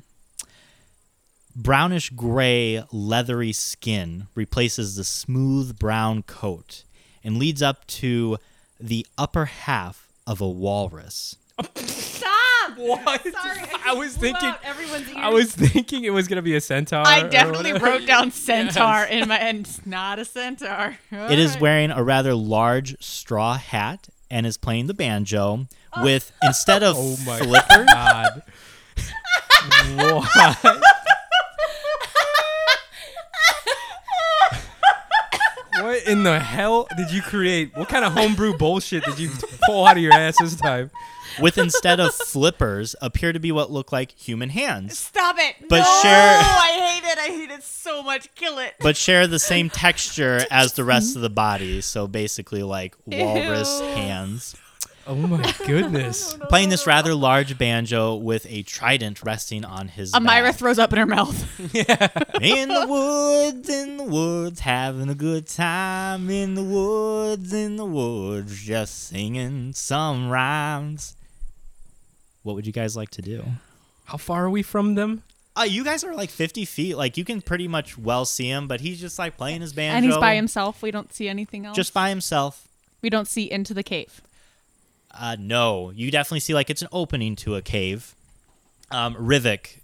S3: brownish gray leathery skin replaces the smooth brown coat and leads up to the upper half of a walrus
S2: Stop.
S1: What?
S2: Sorry, I,
S1: I was
S2: blew
S1: thinking.
S2: out everyone's ears.
S1: I was thinking it was gonna be a centaur.
S4: I
S1: or
S4: definitely
S1: whatever.
S4: wrote down centaur in my and it's not a centaur.
S3: It is wearing a rather large straw hat and is playing the banjo with instead of
S1: Oh my
S3: flipper,
S1: God. what? what in the hell did you create? What kind of homebrew bullshit did you pull out of your ass this time?
S3: with instead of flippers appear to be what look like human hands,
S4: Stop it.
S3: but
S4: Oh,
S3: share
S4: I hate it. I hate it so much. Kill it.
S3: but share the same texture as the rest of the body. So basically, like walrus
S2: Ew.
S3: hands.
S1: Oh my goodness.
S3: Playing this rather large banjo with a trident resting on his.
S4: Amira
S3: back.
S4: throws up in her mouth.
S3: In the woods, in the woods, having a good time. In the woods, in the woods, just singing some rhymes. What would you guys like to do?
S1: How far are we from them?
S3: Uh, you guys are like 50 feet. Like, you can pretty much well see him, but he's just like playing his banjo.
S4: and he's by himself. We don't see anything else.
S3: Just by himself.
S4: we don't see into the cave.
S3: Uh, no, you definitely see like it's an opening to a cave. Um, Rivik,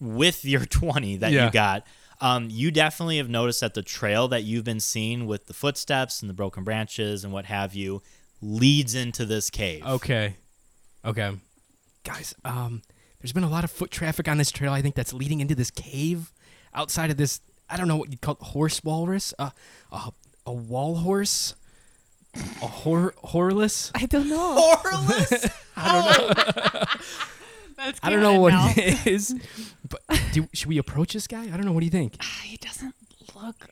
S3: with your 20 that
S1: Yeah.
S3: you got, um, you definitely have noticed that the trail that you've been seeing with the footsteps and the broken branches and what have you leads into this cave.
S1: Okay. Okay. Guys, um, there's been a lot of foot traffic on this trail. I think that's leading into this cave outside of this. I don't know what you call it, horse walrus, uh, uh, a wall horse, a hor horless.
S2: I don't know.
S3: Horless?
S4: That's
S1: I don't know what it is. But do, should we approach this guy? I don't know. What do you think?
S4: He doesn't look.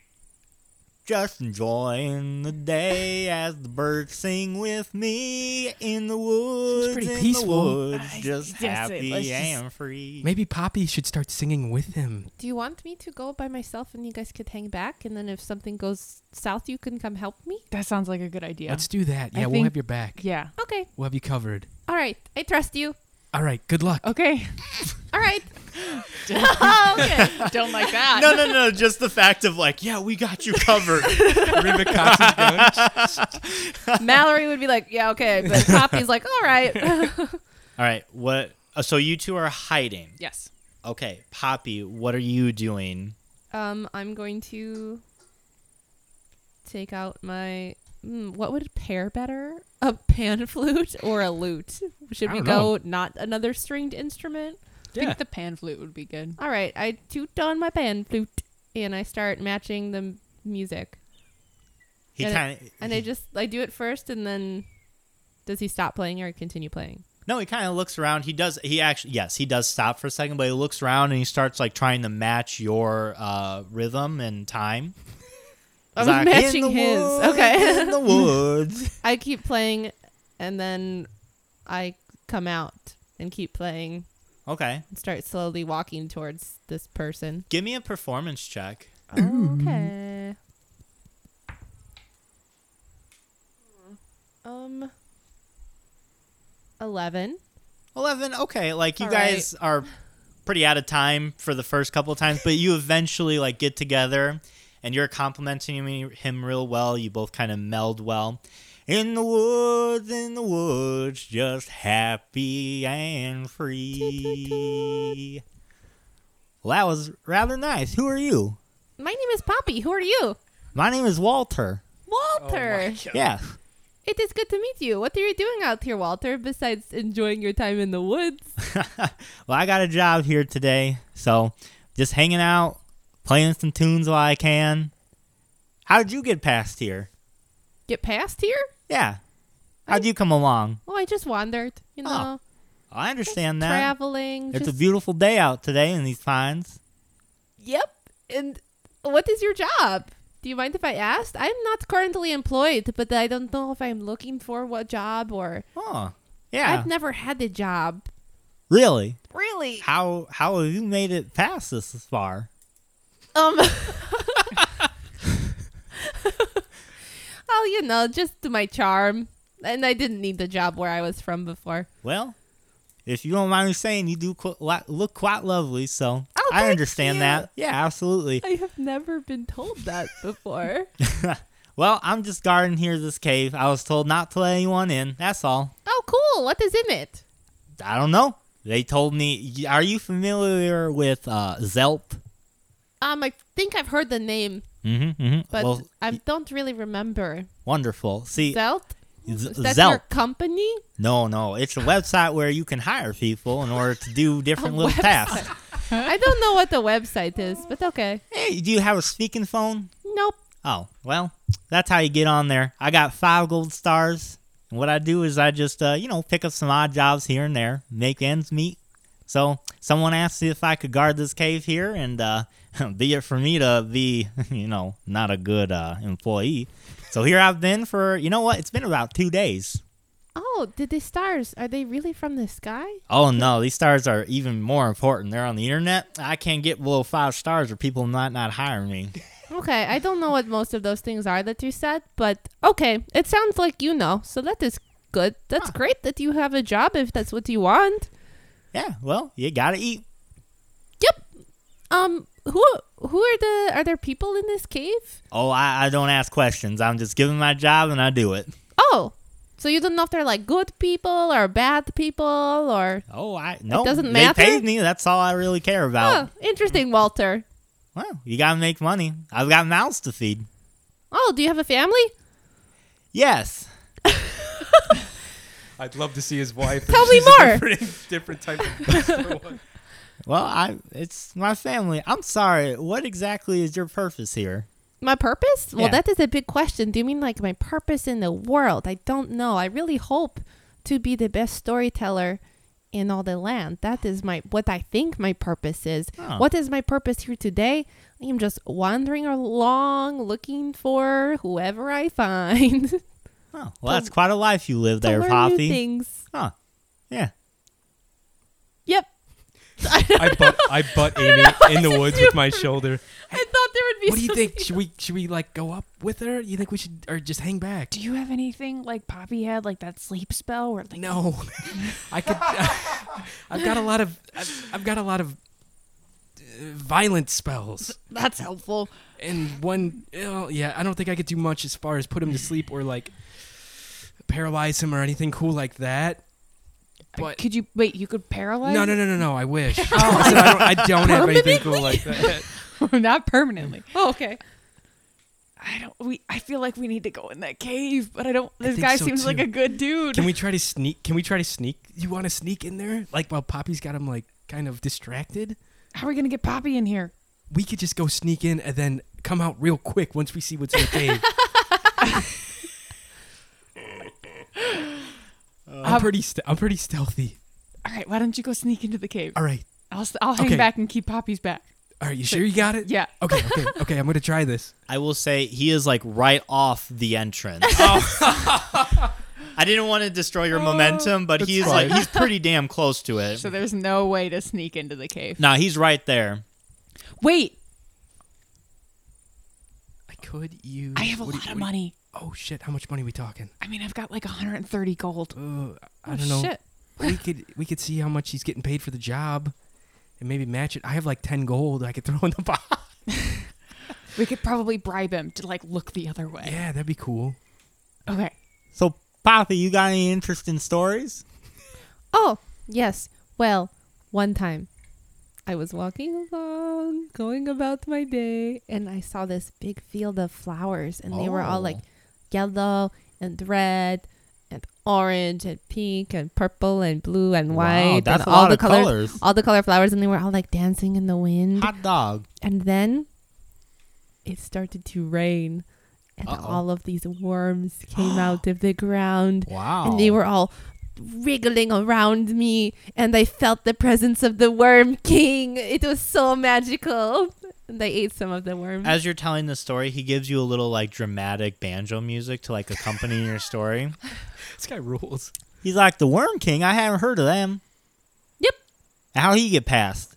S3: Just enjoying the day as the birds sing with me in the woods.
S1: pretty
S3: in
S1: peaceful.
S3: The woods,
S4: I-
S3: just
S4: yes, it-
S3: happy
S4: let's just-
S3: and free.
S1: Maybe Poppy should start singing with him.
S2: Do you want me to go by myself and you guys could hang back? And then if something goes south, you can come help me?
S4: That sounds like a good idea.
S1: Let's do that.
S4: I
S1: Yeah, we'll
S4: think-
S1: have your back.
S4: yeah.
S2: Okay.
S1: We'll have you covered.
S2: All right. I trust you.
S1: All right. Good luck.
S4: Okay.
S2: All right. okay.
S4: don't like that.
S3: no, no, no. Just the fact of like, yeah, we got you covered.
S2: Mallory would be like, yeah, okay. But Poppy's like, all right.
S3: All right. What? uh, So you two are hiding.
S4: Yes.
S3: Okay, Poppy. What are you doing?
S2: um, I'm going to take out my. Mm, what would pair better? A pan flute or a lute? Should
S1: I
S2: we
S1: don't
S2: go not another stringed instrument?
S4: I
S1: Yeah.
S4: think the pan flute would be good.
S2: All right. I toot on my pan flute and I start matching the m- music.
S3: He
S2: And I-
S3: kind of
S2: And I just I do it first, and then does he stop playing or continue playing?
S3: no. He kind of looks around. He does. He actually yes. He does stop for a second, but he looks around and he starts like trying to match your uh, rhythm and time.
S2: I was
S3: He's like, "In
S2: matching
S3: the
S2: his."
S3: woods,
S2: Okay.
S3: in the woods.
S2: I keep playing, and then I come out and keep playing
S3: okay,
S2: and start slowly walking towards this person.
S3: give me a performance check.
S2: Okay. Um. Eleven.
S3: Eleven. Okay, like you
S2: All right.
S3: guys are pretty out of time for the first couple of times, but you eventually like get together, and you're complimenting me, him real well. You both kind of meld well. In the woods, in the woods, just happy and free. Well, that was rather nice. Who are you?
S2: My name is Poppy. Who are you?
S3: My name is Walter.
S2: Walter.
S3: Yeah.
S2: it is good to meet you. What are you doing out here, Walter, besides enjoying your time in the woods?
S3: Well, I got a job here today, so just hanging out, playing some tunes while I can. How'd you get past here?
S2: Get past here?
S3: Yeah. How'd you come along?
S2: Oh, I just wandered, you know,
S3: I understand that.
S2: traveling.
S3: Oh, It's a
S2: just-
S3: beautiful day out today in these pines.
S2: Yep. And what is your job? Do you mind if I asked? I'm not currently employed, but I don't know if I'm looking for what job or
S3: Oh, yeah.
S2: I've never had a job.
S3: really?
S2: Really?
S3: How how have you made it past this far?
S2: Um Oh, you know, just to my charm. And I didn't need the job where I was from before.
S3: Well, if you don't mind me saying, you do qu- lo- look quite lovely, so
S2: Oh,
S3: I
S2: thank
S3: understand
S2: you.
S3: that. Yeah, absolutely.
S2: I have never been told that before.
S3: Well, I'm just guarding here this cave. I was told not to let anyone in. That's all.
S2: oh, cool. What is in it?
S3: I don't know. They told me. y- Are you familiar with uh, Zelp?
S2: Um, I think I've heard the name,
S3: Mm-hmm. mm-hmm.
S2: but
S3: well,
S2: I don't really remember.
S3: wonderful. See,
S2: Zelt?
S3: Z-
S2: Is that your
S3: Zelp.
S2: company?
S3: No, no. It's a website where you can hire people in order to do different little tasks.
S2: I don't know what the website is, but okay.
S3: Hey, do you have a speaking phone?
S2: Nope.
S3: Oh, well, that's how you get on there. I got five gold stars. And what I do is I just, uh, you know, pick up some odd jobs here and there, make ends meet. So someone asked if I could guard this cave here, and uh, be it for me to be, you know, not a good uh, employee. So here I've been for, you know what? It's been about two days.
S2: Oh, did the stars? Are they really from the sky?
S3: Oh no, these stars are even more important. They're on the internet. I can't get below five stars, or people might not hire me.
S2: Okay, I don't know what most of those things are that you said, but okay, it sounds like you know, so that is good. That's great that you have a job if that's what you want.
S3: Yeah, well, you gotta eat.
S2: Yep. Um, who who are the are there people in this cave?
S3: Oh, I, I don't ask questions. I'm just given my job and I do it.
S2: Oh, so you don't know if they're like good people or bad people or.
S3: Oh, I no.
S2: doesn't
S3: they
S2: matter?
S3: paid me. That's all I really care
S2: Oh,
S3: about.
S2: interesting, Walter.
S3: Well, you gotta make money. I've got mouths to feed.
S2: Oh, do you have a family?
S3: Yes.
S1: I'd love to see his wife.
S2: Tell me
S1: She's a
S2: more.
S1: Different, different type of.
S3: Well, I it's my family. I'm sorry. What exactly is your purpose here?
S2: My purpose? Well,
S3: Yeah.
S2: that is a big question. Do you mean like my purpose in the world? I don't know. I really hope to be the best storyteller in all the land. That is my what I think my purpose is.
S3: Huh.
S2: What is my purpose here today? I'm just wandering along looking for whoever I find. to
S3: Oh, well, that's quite a life you live there,
S2: learn new
S3: Poppy.
S2: things.
S3: Huh? Yeah.
S2: Yep. I,
S1: I butt, I butt Amy in the woods with my shoulder.
S2: I thought there would be
S1: What do you
S2: something-
S1: think? Should we should we like go up with her? You think we should or just hang back?
S4: Do you have anything like Poppy had, like that sleep spell where like
S1: No, I could. I've got a lot of. I've, I've got a lot of uh, violent spells,
S4: that's helpful.
S1: and one. oh, yeah, I don't think I could do much as far as put him to sleep or like paralyze him or anything cool like that. But
S4: Could you wait? You could paralyze?
S1: no, no, no, no, no. I wish. I, said I don't, I don't have anything cool like that.
S4: no, not permanently.
S2: Oh, okay.
S4: I don't. We. I feel like we need to go in that cave, but I don't. This
S1: think
S4: guy
S1: so,
S4: seems like
S1: too.
S4: a good dude.
S1: Can we try to sneak? Can we try to sneak? You want to sneak in there? Like while Poppy's got him like kind of distracted.
S4: How are we gonna get Poppy in here?
S1: we could just go sneak in and then come out real quick once we see what's in the cave. I'm pretty. St- I'm pretty stealthy.
S4: All right. Why don't you go sneak into the cave?
S1: All right.
S4: I'll. s- I'll hang
S1: Okay.
S4: back and keep Poppy's back.
S1: All right. You sure you got it?
S4: Yeah.
S1: Okay. Okay. Okay. I'm gonna try this.
S3: I will say he is like right off the entrance. Oh. I didn't want to destroy
S2: Oh,
S3: your momentum, but
S1: That's
S3: he's
S1: fine.
S3: like he's pretty damn close to it.
S4: So there's no way to sneak into the cave.
S3: Nah, he's right there.
S4: Wait.
S1: I could use.
S4: I have a
S1: what do
S4: lot
S1: you- what do
S4: of
S1: you-
S4: money.
S1: oh shit! How much money we talking?
S4: I mean, I've got like 130 gold.
S1: Uh, I
S2: Oh,
S1: don't know.
S2: Shit.
S1: We could. We could see how much he's getting paid for the job, and maybe match it. I have like ten gold. I could throw in the box.
S4: We could probably bribe him to like look the other way.
S1: Yeah, that'd be cool.
S4: Okay.
S3: So, Poppy, you got any interesting stories?
S2: Oh, yes. Well, one time I was walking along, going about my day, and I saw this big field of flowers, and they were all
S3: Oh.
S2: like yellow and red and orange and pink and purple and blue and white
S3: Wow, that's
S2: and
S3: a
S2: all
S3: lot
S2: the
S3: of
S2: color,
S3: colors.
S2: all the color flowers, and they were all like dancing in the wind.
S3: Hot dog.
S2: And then it started to rain, and
S3: Uh-oh.
S2: all of these worms came out of the ground,
S3: Wow.
S2: and they
S4: Oh.
S2: were all wriggling around me and I felt the presence of the worm king. It was so magical. And I ate some of the worms.
S3: As you're telling the story, he gives you a little like dramatic banjo music to like accompany your story.
S1: This guy rules.
S3: He's like the Worm King. I haven't heard of them.
S2: Yep.
S3: How he get past?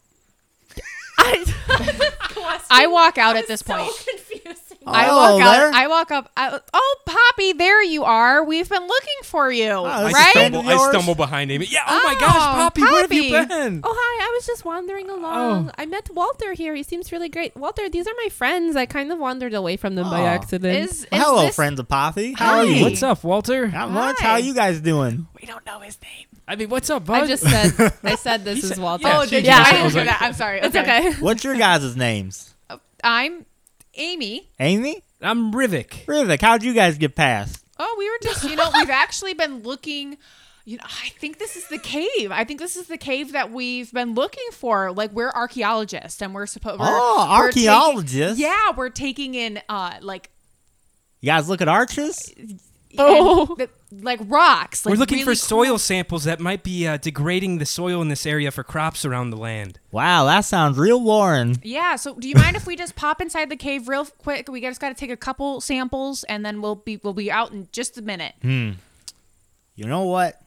S2: I,
S4: I walk out at this point.
S2: confusing.
S4: I
S3: Oh,
S4: walk
S3: there?
S4: out. I walk up. I, oh, Poppy, there you are. We've been looking for you,
S3: I
S1: I,
S4: right?
S1: stumble, I
S3: Yours?
S1: stumble behind Amy. Yeah. Oh, my
S4: Oh,
S1: gosh, Poppy, where have you
S4: Poppy.
S1: been?
S2: Oh hi, I was just wandering
S4: Oh.
S2: along. I met Walter here. He seems really great. Walter, these are my friends. I kind of wandered away from them by
S3: Aw.
S2: accident.
S4: Is, is
S3: Well, hello,
S4: this-
S3: friends of Posse. How are
S4: Hi.
S3: you?
S1: What's up, Walter?
S3: Not much.
S4: Hi.
S3: How you guys doing?
S4: We don't know his name.
S1: I mean, what's up, bud?
S2: I just said I said this is Walter.
S1: Yeah,
S4: oh,
S1: she
S4: did you?
S1: just-
S4: I
S1: I
S4: didn't
S1: was
S4: hear
S1: like-
S4: that. I'm sorry.
S2: It's Oh, okay.
S3: What's your guys' names?
S4: I'm Amy.
S3: Amy,
S1: I'm Rivik.
S3: Rivik. How'd you guys get past?
S4: Oh, we were just, you know, we've actually been looking. You know, I think this is the cave. I think this is the cave that we've been looking for. Like we're archaeologists, and we're supposed.
S3: Oh, archaeologists?
S4: Yeah, we're taking in uh like
S3: You guys look at arches.
S2: Oh.
S4: oh the, like rocks. Like
S1: We're looking
S4: really
S1: for
S4: cool-
S1: soil samples that might be uh, degrading the soil in this area for crops around the land.
S3: Wow, that sounds real Warren.
S4: Yeah. So, do you mind if we just pop inside the cave real quick? We just got to take a couple samples, and then we'll be we'll be out in just a minute.
S3: You know what?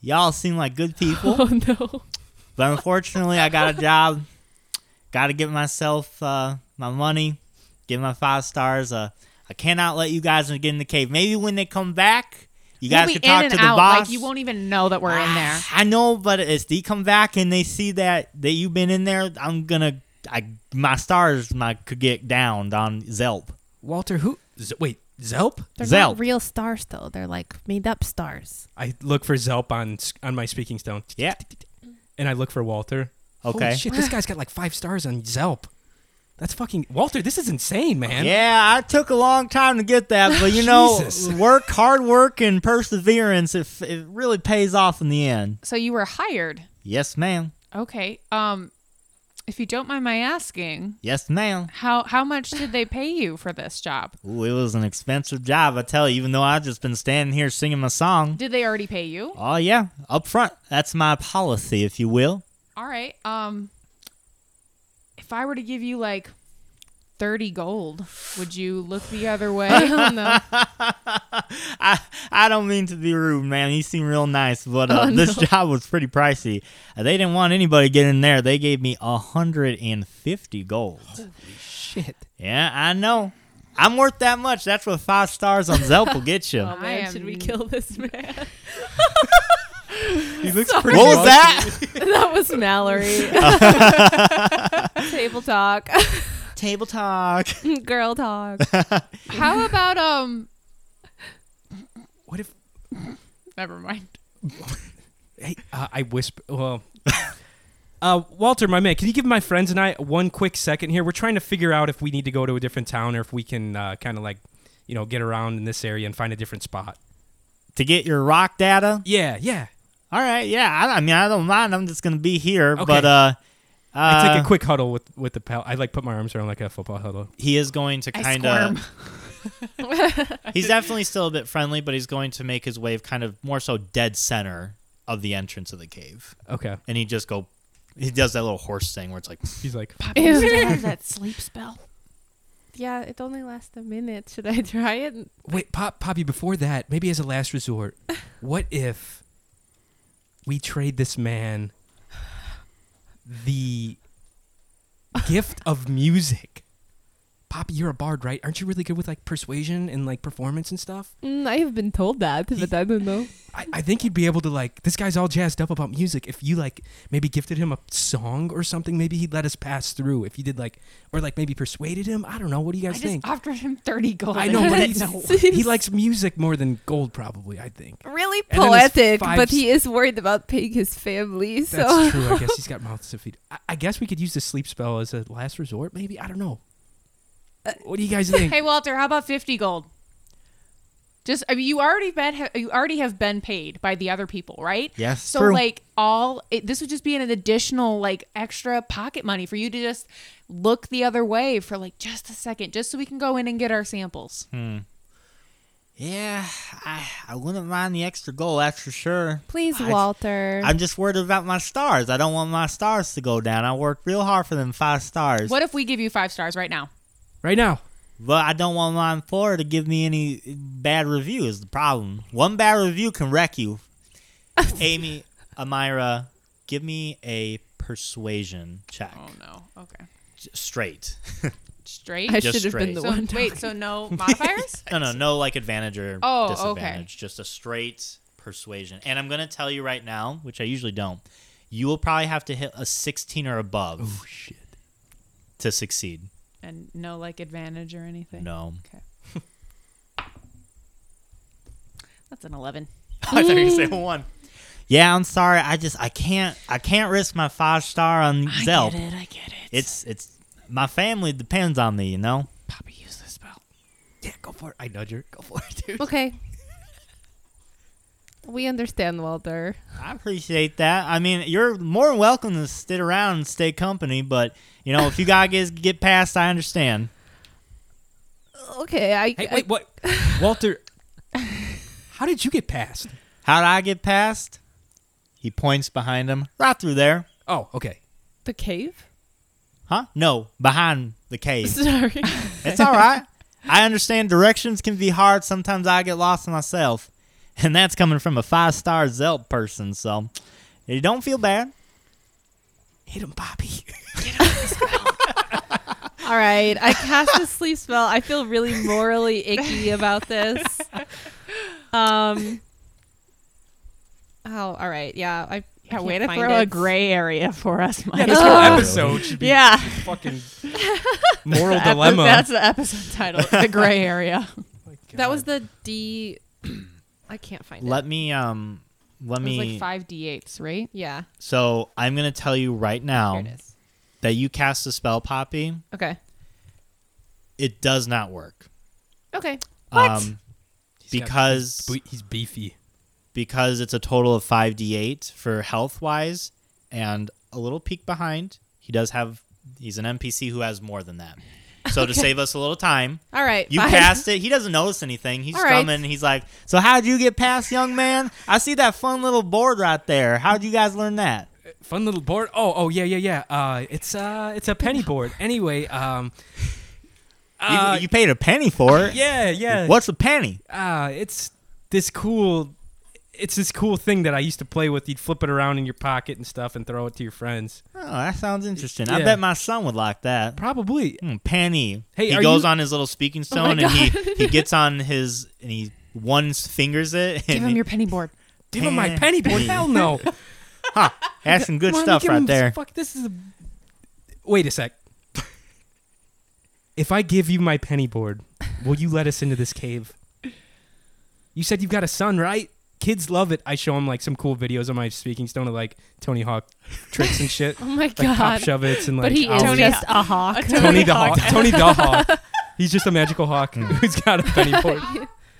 S3: Y'all seem like good people.
S2: Oh no.
S3: But unfortunately, I got a job. Got to give myself uh, my money. Give my five stars. Uh, I cannot let you guys get in the cave. Maybe when they come back, you
S4: We'll
S3: guys can
S4: be in
S3: talk
S4: and
S3: to the
S4: out.
S3: boss.
S4: Like you won't even know that we're in there.
S3: I know, but if they come back and they see that that you've been in there, I'm gonna. I my stars might could get downed on Zelp.
S1: Walter, who? Z- wait, Zelp?
S2: They're
S3: Zelp.
S2: not real stars though. They're like made up stars.
S1: I look for Zelp on s- on my speaking stone,
S3: Yeah.
S1: and I look for Walter.
S3: Okay.
S1: Holy shit, this guy's got like five stars on Zelp. That's fucking Walter. This is insane, man.
S3: Yeah, I took a long time to get that, but you know,
S1: Jesus.
S3: work, hard work, and perseverance. It, f- it really pays off in the end.
S4: So you were hired.
S3: Yes, ma'am.
S4: Okay. Um, if you don't mind my asking,
S3: Yes, ma'am.
S4: how how much did they pay you for this job?
S3: Ooh, it was an expensive job, I tell you, even though I've just been standing here singing my song.
S4: Did they already pay you?
S3: Oh, yeah, up front. That's my policy, if you will.
S4: All right. Um, if I were to give you like thirty gold, would you look the other way? no.
S3: I, I don't mean to be rude, man. You seem real nice, but
S1: Oh,
S3: uh, this job was pretty pricey. Uh, they didn't want anybody getting in there. They gave me 150 gold.
S1: Shit.
S3: Yeah, I know. I'm worth that much. That's what five stars on Zelp will get you.
S1: Um,
S2: Oh
S3: what
S4: I
S2: man, should
S4: am-
S2: we kill this man?
S1: He looks pretty.
S3: was that?
S2: that was Mallory. Table talk,
S3: Table talk.
S2: girl talk.
S4: How about um?
S1: What if?
S4: Never mind.
S1: Hey, uh, I whisper. Well. Uh, Walter, my man, can you give my friends and I one quick second here? We're trying to figure out if we need to go to a different town or if we can uh, kind of like, you know, get around in this area and find a different spot.
S3: To get your rock data,
S1: Yeah, yeah.
S3: All right, yeah. I, I mean, I don't mind. I'm just gonna be here,
S1: Okay.
S3: but uh, uh,
S1: I take a quick huddle with with the pal. I like put my arms around like a football huddle.
S3: he is going to
S4: I
S3: kind
S4: squirm.
S3: of. he's definitely still a bit friendly, but he's going to make his wave kind of more so dead center of the entrance of the cave,
S1: Okay.
S3: and he just go. He does that little horse thing where it's like,
S1: He's like,
S4: Poppy used to have that sleep spell.
S2: Yeah, it only lasts a minute. Should I try it?
S1: wait, Pop, Poppy. Before that, maybe as a last resort, what if we trade this man the gift of music? Poppy, you're a bard, right? Aren't you really good with like persuasion and like performance and stuff?
S2: Mm, I have been told that, but I don't know.
S1: I, I think he'd be able to like this guy's all jazzed up about music. If you like maybe gifted him a song or something, maybe he'd let us pass through. If you did like or like maybe persuaded him, I don't know. What do you
S4: I
S1: guys
S4: just
S1: think?
S4: offered him 30 gold.
S1: I know, but
S4: I
S1: he's-
S4: didn't know.
S1: he likes music more than gold, probably. I think
S2: really
S1: And then it's
S2: poetic,
S1: five
S2: but
S1: s-
S2: he is worried about paying his family. So
S1: that's true. I guess he's got mouths to feed. I, I guess we could use the sleep spell as a last resort. Maybe I don't know.
S2: Uh,
S1: What do you guys think?
S4: Hey Walter, how about 50 gold? Just I mean, you already been you already have been paid by the other people, right?
S3: Yes,
S4: So
S3: true.
S4: like all it, this would just be an additional like extra pocket money for you to just look the other way for like just a second, just so we can go in and get our samples.
S3: Yeah, I, I wouldn't mind the extra goal, that's for sure.
S2: please,
S3: I-
S2: Walter.
S3: I'm just worried about my stars. I don't want my stars to go down. I worked real hard for them five stars.
S4: What if we give you five stars right now?
S1: Right now,
S3: But I don't want mine four to give me any bad review is the problem. One bad review can wreck you. Amy, Amira, give me a persuasion check.
S4: no. Okay.
S3: J- Straight.
S4: Straight.
S2: I
S3: just
S2: should have been the
S3: straight.
S4: so
S2: one.
S4: wait, so no modifiers?
S3: No, no, no like advantage or
S4: Oh,
S3: disadvantage. Just a straight persuasion. And I'm gonna tell you right now, which I usually don't, you will probably have to hit a sixteen or above
S1: shit.
S3: to succeed.
S4: and no like advantage or anything.
S3: No.
S4: Okay. That's an 11.
S3: I thought you were gonna say one. Yeah, I'm sorry. I just I can't I can't risk my five star on Zelp.
S4: I get it. I get it.
S3: It's it's my family depends on me, you know.
S4: Poppy used the spell.
S1: Yeah, go for it. I nudge her. Go for it, dude.
S2: okay. We understand, Walter.
S3: I appreciate that. I mean, you're more than welcome to sit around and stay company, but you know, if you gotta get get past, I understand.
S2: Okay, I.
S1: Hey,
S2: I-
S1: wait, what? Walter, how did you get past?
S3: How did I get past? He points behind him, right through there,
S1: Oh, okay.
S2: the cave?
S3: huh? No, behind the cave.
S2: Sorry.
S3: it's all right. I understand directions can be hard. Sometimes I get lost myself, and that's coming from a five star Zelp person. So, you don't feel bad.
S1: Hit him, Bobby.
S2: All right, I cast a sleep spell. I feel really morally icky about this. Um. Oh, all right. Yeah, I.
S4: Yeah,
S2: I
S4: way
S2: can't
S4: to
S2: find
S4: throw a
S2: it.
S4: gray area for us,
S1: Yeah,
S4: Mike.
S1: this whole
S2: Oh.
S1: episode should be
S4: Yeah.
S1: fucking moral
S4: Epi-
S1: dilemma.
S4: That's the episode title. The gray area.
S2: That was the D. I can't find it.
S3: Let me um, let
S4: It
S3: me.
S4: was like five d8s, right?
S2: Yeah,
S3: So I'm gonna tell you right
S2: here
S3: now
S2: it is.
S3: that you cast a spell, Poppy.
S2: Okay.
S3: It does not work.
S2: Okay.
S3: What? Um,
S1: He's got-
S3: because
S1: he's beefy.
S3: because it's a total of five d8 for health wise, and a little peek behind. He does have. He's an NPC who has more than that. So to save us a little time,
S2: All right.
S3: you
S2: bye.
S3: cast it. He doesn't notice anything. He's
S2: All right.
S3: drumming. He's like, "So how'd you get past, young man? I see that fun little board right there. How'd you guys learn that?"
S1: Fun little board. Oh, oh yeah, yeah, yeah. Uh, it's uh, it's a penny board. Anyway, um,
S3: You-
S1: uh,
S3: you, paid a penny for it.
S1: yeah, yeah.
S3: What's a penny?
S1: Uh, it's this cool. It's this cool thing that I used to play with. You'd flip it around in your pocket and stuff, and throw it to your friends.
S3: Oh, that sounds interesting. I
S1: Yeah.
S3: bet my son would like that.
S1: Probably.
S3: Mm, penny.
S1: Hey,
S3: he
S1: are
S3: goes
S1: you- Oh
S3: on his little speaking stone and he, he gets on his and he one fingers it. And
S4: Give him your penny board.
S1: Give him my penny
S3: Penny.
S1: board. Hell no.
S3: he- huh, that's some good
S1: Why don't you
S3: stuff
S1: give
S3: right
S1: him-
S3: there.
S1: Fuck, this is a. Wait a sec. if I give you my penny board, will you let us into this cave? You said you've got a son, right? Kids love it. I show them like some cool videos on my speaking stone of like Tony Hawk tricks and shit,
S2: Oh my
S1: like top
S2: god.
S1: shovels and like
S2: but he is
S1: owls.
S4: Tony-
S2: just a hawk.
S1: Tony the Hawk. Tony the Hawk. He's just a magical hawk who's got a penny board.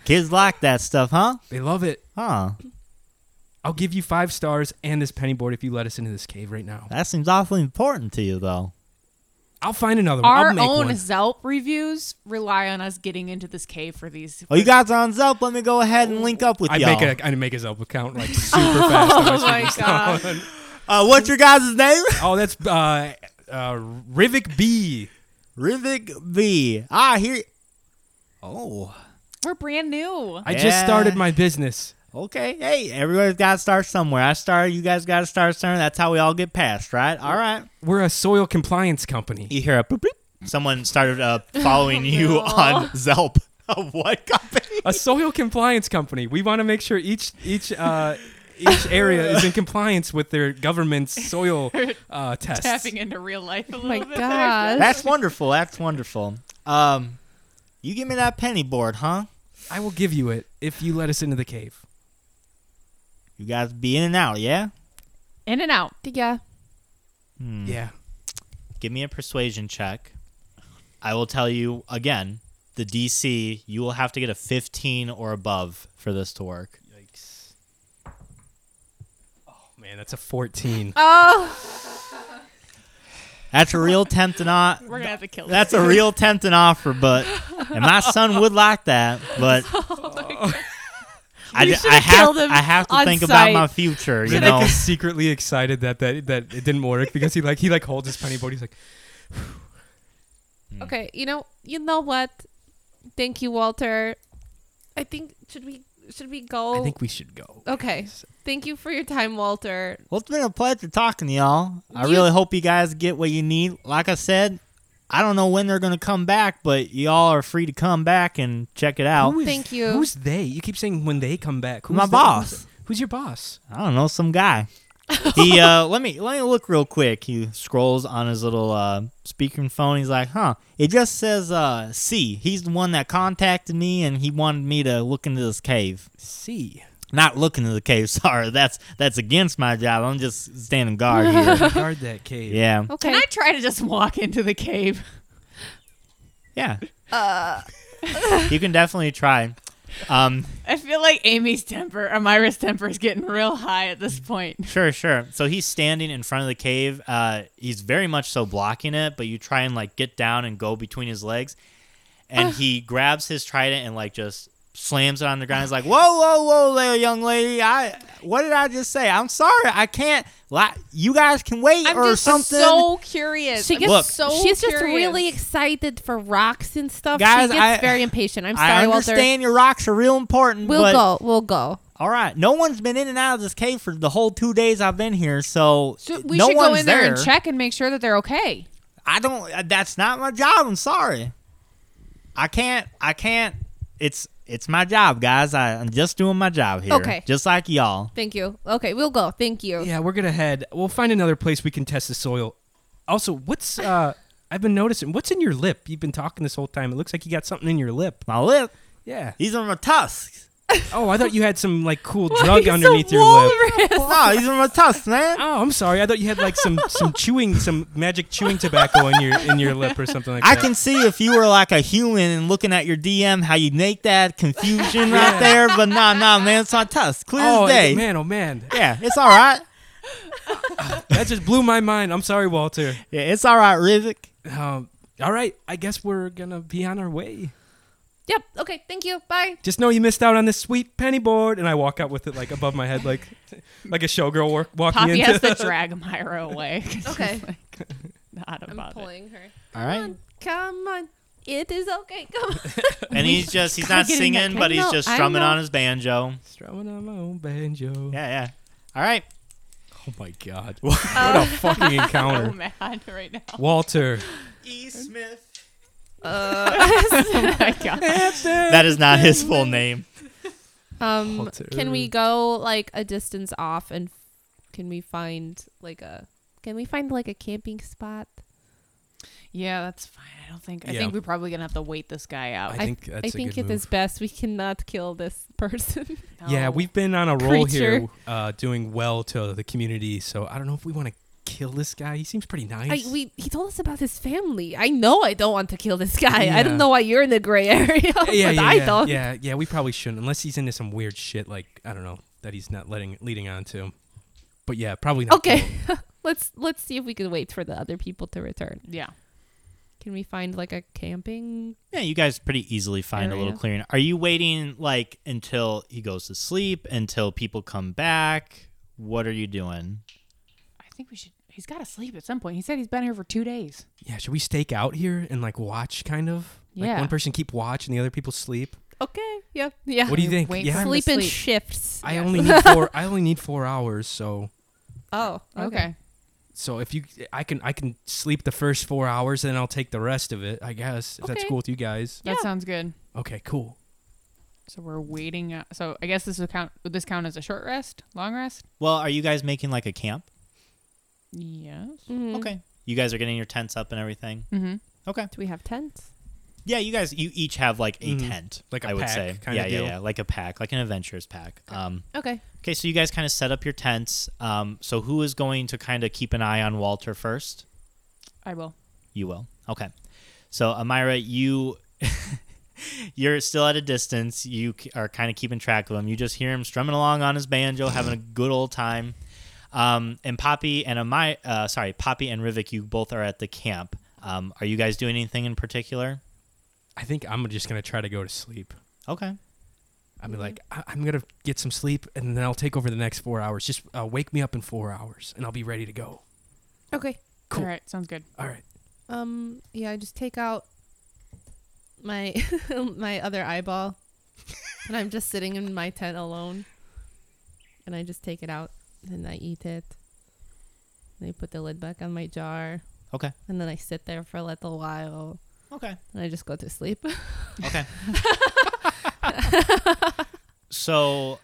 S3: Kids like that stuff, huh?
S1: They love it.
S3: Huh.
S1: I'll give you five stars and this penny board if you let us into this cave right now.
S3: That seems awfully important to you though.
S1: I'll find another one.
S4: Our
S1: I'll make
S4: own
S1: one.
S4: Zelp reviews rely on us getting into this cave for these.
S3: Oh, you guys are on Zelp. Let me go ahead and link up with
S1: I
S3: y'all.
S1: make a I make his up account like super fast. on my
S4: my
S1: speaking
S4: God.
S1: stone.
S3: uh, what's your guys' name?
S1: oh, that's uh, uh, Rivik B.
S3: Rivik V. Ah, here. Oh,
S4: We're brand new.
S1: I just
S3: Yeah.
S1: started my business.
S3: okay. Hey, everybody's got to start somewhere. I started. You guys got to start somewhere. That's how we all get past, right? All right.
S1: We're a soil compliance company.
S3: You hear a boop, boop. someone started uh, following you on Zelp. A what company?
S1: a soil compliance company. We want to make sure each each uh, each area is in compliance with their government's soil uh, tests.
S4: Tapping into real life a little
S2: My
S4: bit. there.
S2: God.
S3: That's wonderful. That's wonderful. Um, you give me that penny board, huh?
S1: I will give you it if you let us into the cave.
S3: You guys be in and out, yeah?
S4: In and out.
S2: Yeah.
S3: Hmm.
S1: Yeah.
S3: Give me a persuasion check. I will tell you again, the DC, you will have to get a 15 or above for this to work.
S1: Yikes. Oh man, that's a fourteen.
S2: Oh,
S3: That's a real tempt and off.
S4: We're gonna have to kill.
S3: That's a real tempt and offer, but and my son would like that, but I,
S4: Oh We
S3: ju-
S4: should've
S3: I have
S4: killed him
S3: I have to
S4: on
S3: think
S4: sight.
S3: about my future, you
S1: Nick
S3: know.
S1: is secretly excited that, that that it didn't work because he like he like holds his penny board. He's like,
S2: okay. You know, you know what? Thank you, Walter. I think should we should we go?
S1: I think we should go.
S2: okay. Thank you for your time, Walter.
S3: Well, it's been a pleasure talking to y'all. I
S2: You-
S3: really hope you guys get what you need. Like I said, I don't know when they're going to come back, but y'all are free to come back and check it out.
S1: Who is-
S2: Thank you.
S1: Who's they? You keep saying when they come back. Who's
S3: My
S1: they?
S3: boss.
S1: Who's your boss?
S3: I don't know, some guy. he uh, let me let me look real quick. He scrolls on his little uh, speaker phone. He's like, "Huh? It just says uh, C. He's the one that contacted me, and he wanted me to look into this cave.
S1: C.
S3: Not look into the cave. Sorry, that's that's against my job. I'm just standing guard here.
S1: Guard that cave.
S3: yeah,
S2: Okay.
S4: Can I try to just walk into the cave?
S3: yeah. Uh. you can definitely try. Um,
S4: I feel like Amy's temper, or Myra's temper, is getting real high at this point.
S3: Sure, sure. So he's standing in front of the cave. Uh, he's very much so blocking it, but you try and like get down and go between his legs, and he grabs his trident and like just slams it on the ground. He's like, "Whoa, whoa, whoa, little young lady! I what did I just say? I'm sorry, I can't. Li- you guys can wait
S4: I'm
S3: or
S4: just
S3: something."
S4: so curious.
S2: She
S4: I'm
S2: gets
S3: Look,
S4: so
S2: She's just
S4: curious.
S2: really excited for rocks and stuff.
S3: Guys,
S2: she gets
S3: I-
S2: very impatient. I'm sorry,
S3: I
S2: Walter.
S3: understand your rocks are real important.
S2: We'll
S3: but,
S2: go. We'll go.
S3: All right. No one's been in and out of this cave for the whole two days I've been here, so,
S4: So we
S3: no
S4: should
S3: one's
S4: go in there.
S3: there
S4: and check and make sure that they're okay.
S3: I don't. uh, That's not my job. I'm sorry. I can't. I can't. It's it's my job, guys. I, I'm just doing my job here.
S2: Okay.
S3: Just like y'all.
S2: Thank you. Okay, we'll go. Thank you.
S1: Yeah, we're gonna head. We'll find another place we can test the soil. Also, what's uh I've been noticing what's in your lip? You've been talking this whole time. It looks like you got something in your lip.
S3: My lip.
S1: Yeah.
S3: These are my tusks.
S1: Oh, I thought you had some like cool drug
S2: He's a
S1: underneath your lip.
S2: walrus.
S3: no, these are my tusks, man.
S1: Oh, I'm sorry. I thought you had like some some chewing, some magic chewing tobacco in your in your lip or something like
S3: I
S1: that.
S3: can see if you were like a human and looking at your DM, how you make that confusion
S1: Yeah.
S3: right there. But nah, nah, man, it's my tusks. Clear
S1: Oh
S3: as day.
S1: man, oh man,
S3: Yeah, it's all right.
S1: that just blew my mind. I'm sorry, Walter.
S3: Yeah, it's all right, Rivik.
S1: Um, all right, I guess we're gonna be on our way.
S2: Yep. Okay. Thank you. Bye.
S1: Just know you missed out on this sweet penny board, and I walk out with it like above my head, like like a showgirl work, walking
S4: Poppy
S1: into
S4: has to drag Myra away. 'cause she's,
S2: Okay.
S4: like, not
S2: I'm
S4: about it.
S2: pulling her.
S3: All right.
S2: Come on. It is okay. Come on.
S3: And he's just, he's
S4: gotta
S3: not
S4: get in that
S3: singing,
S4: cave.
S3: but he's
S2: No,
S3: just
S2: I
S3: strumming
S2: know.
S3: on his banjo.
S1: Strumming on my own banjo.
S3: Yeah, yeah. All right.
S1: Oh my god. What a fucking
S4: So
S1: encounter.
S4: mad right now.
S1: Walter.
S3: E. Smith.
S2: Uh,
S4: oh my god.
S3: That is not his full name.
S2: Um,
S1: Halter.
S2: can we go like a distance off and f- can we find like a can we find like a camping spot?
S4: Yeah, that's fine. I don't think. I
S1: Yeah.
S4: think we're probably gonna have to wait this guy out.
S1: I think that's
S2: I
S1: a
S2: think
S1: good
S2: it is best we cannot kill this person.
S1: Yeah,
S4: No.
S1: we've been on a roll here
S2: Oh. Creature.
S1: uh, doing well to the community, so I don't know if we want to kill this guy. He seems pretty
S2: I,
S1: nice.
S2: we he told us about his family. I know I don't want to kill this guy. I
S1: Yeah.
S2: don't know why you're in the gray area, but
S1: yeah, yeah,
S2: I
S1: yeah,
S2: don't.
S1: yeah, yeah, we probably shouldn't unless he's into some weird shit like I don't know that he's not letting leading on to. But yeah, probably not.
S2: Okay. let's let's see if we can wait for the other people to return.
S4: Yeah.
S2: Can we find like a camping?
S3: Yeah, you guys pretty easily find a little
S2: Area.
S3: clearing. Are you waiting like until he goes to sleep, until people come back? What are you doing?
S4: I think we should. He's got to sleep at some point. He said he's been here for two days.
S1: Yeah, should we stake out here and like watch kind of? Like
S4: Yeah.
S1: one person keep watch and the other people sleep.
S2: Okay. Yeah. Yeah.
S1: What do you think?
S4: Wait
S1: yeah.
S4: for-
S2: sleep in
S4: Sleep.
S2: shifts?
S1: I only need four I only need 4 hours, so
S2: Oh.
S4: Okay.
S1: So if you, I can, I can sleep the first four hours, and I'll take the rest of it. I guess if that's
S2: Okay.
S1: cool with you guys.
S4: That
S2: Yeah.
S4: sounds good.
S1: Okay, cool.
S4: So we're waiting. uh, So I guess this would count. Would this count as a short rest, long rest?
S3: Well, are you guys making like a camp?
S4: Yes.
S2: Mhm.
S3: Okay. You guys are getting your tents up and everything.
S4: Mm-hmm.
S3: Okay.
S2: Do we have tents?
S3: Yeah, you guys, you each have Mm-hmm. like a
S1: Mhm.
S3: tent,
S1: Like a
S3: I would
S1: pack
S3: say.
S1: kinda
S3: yeah, yeah,
S1: deal.
S3: yeah, like a pack, like an adventurer's pack. Um,
S2: Okay.
S3: okay, so you guys kind of set up your tents. Um, so who is going to kind of keep an eye on Walter first?
S4: I will.
S3: You will. Okay. So Amira, you you're still at a distance. You k- are kind of keeping track of him. You just hear him strumming along on his banjo, having a good old time. Um, and Poppy and Amira, uh, sorry, Poppy and Rivik, you both are at the camp. Um, are you guys doing anything in particular?
S1: I think I'm just gonna try to go to sleep.
S3: Okay.
S1: I'm like, I- I'm gonna get some sleep, and then I'll take over the next four hours. Just uh, wake me up in four hours, and I'll be ready to go.
S2: Okay.
S1: Cool.
S4: All right. Sounds good.
S1: All right.
S2: Um. Yeah. I just take out my my other eyeball, and I'm just sitting in my tent alone. And I just take it out, and I eat it. And I put the lid back on my jar,
S3: Okay.
S2: and then I sit there for a little while,
S3: Okay.
S2: and I just go to sleep.
S3: Okay. so,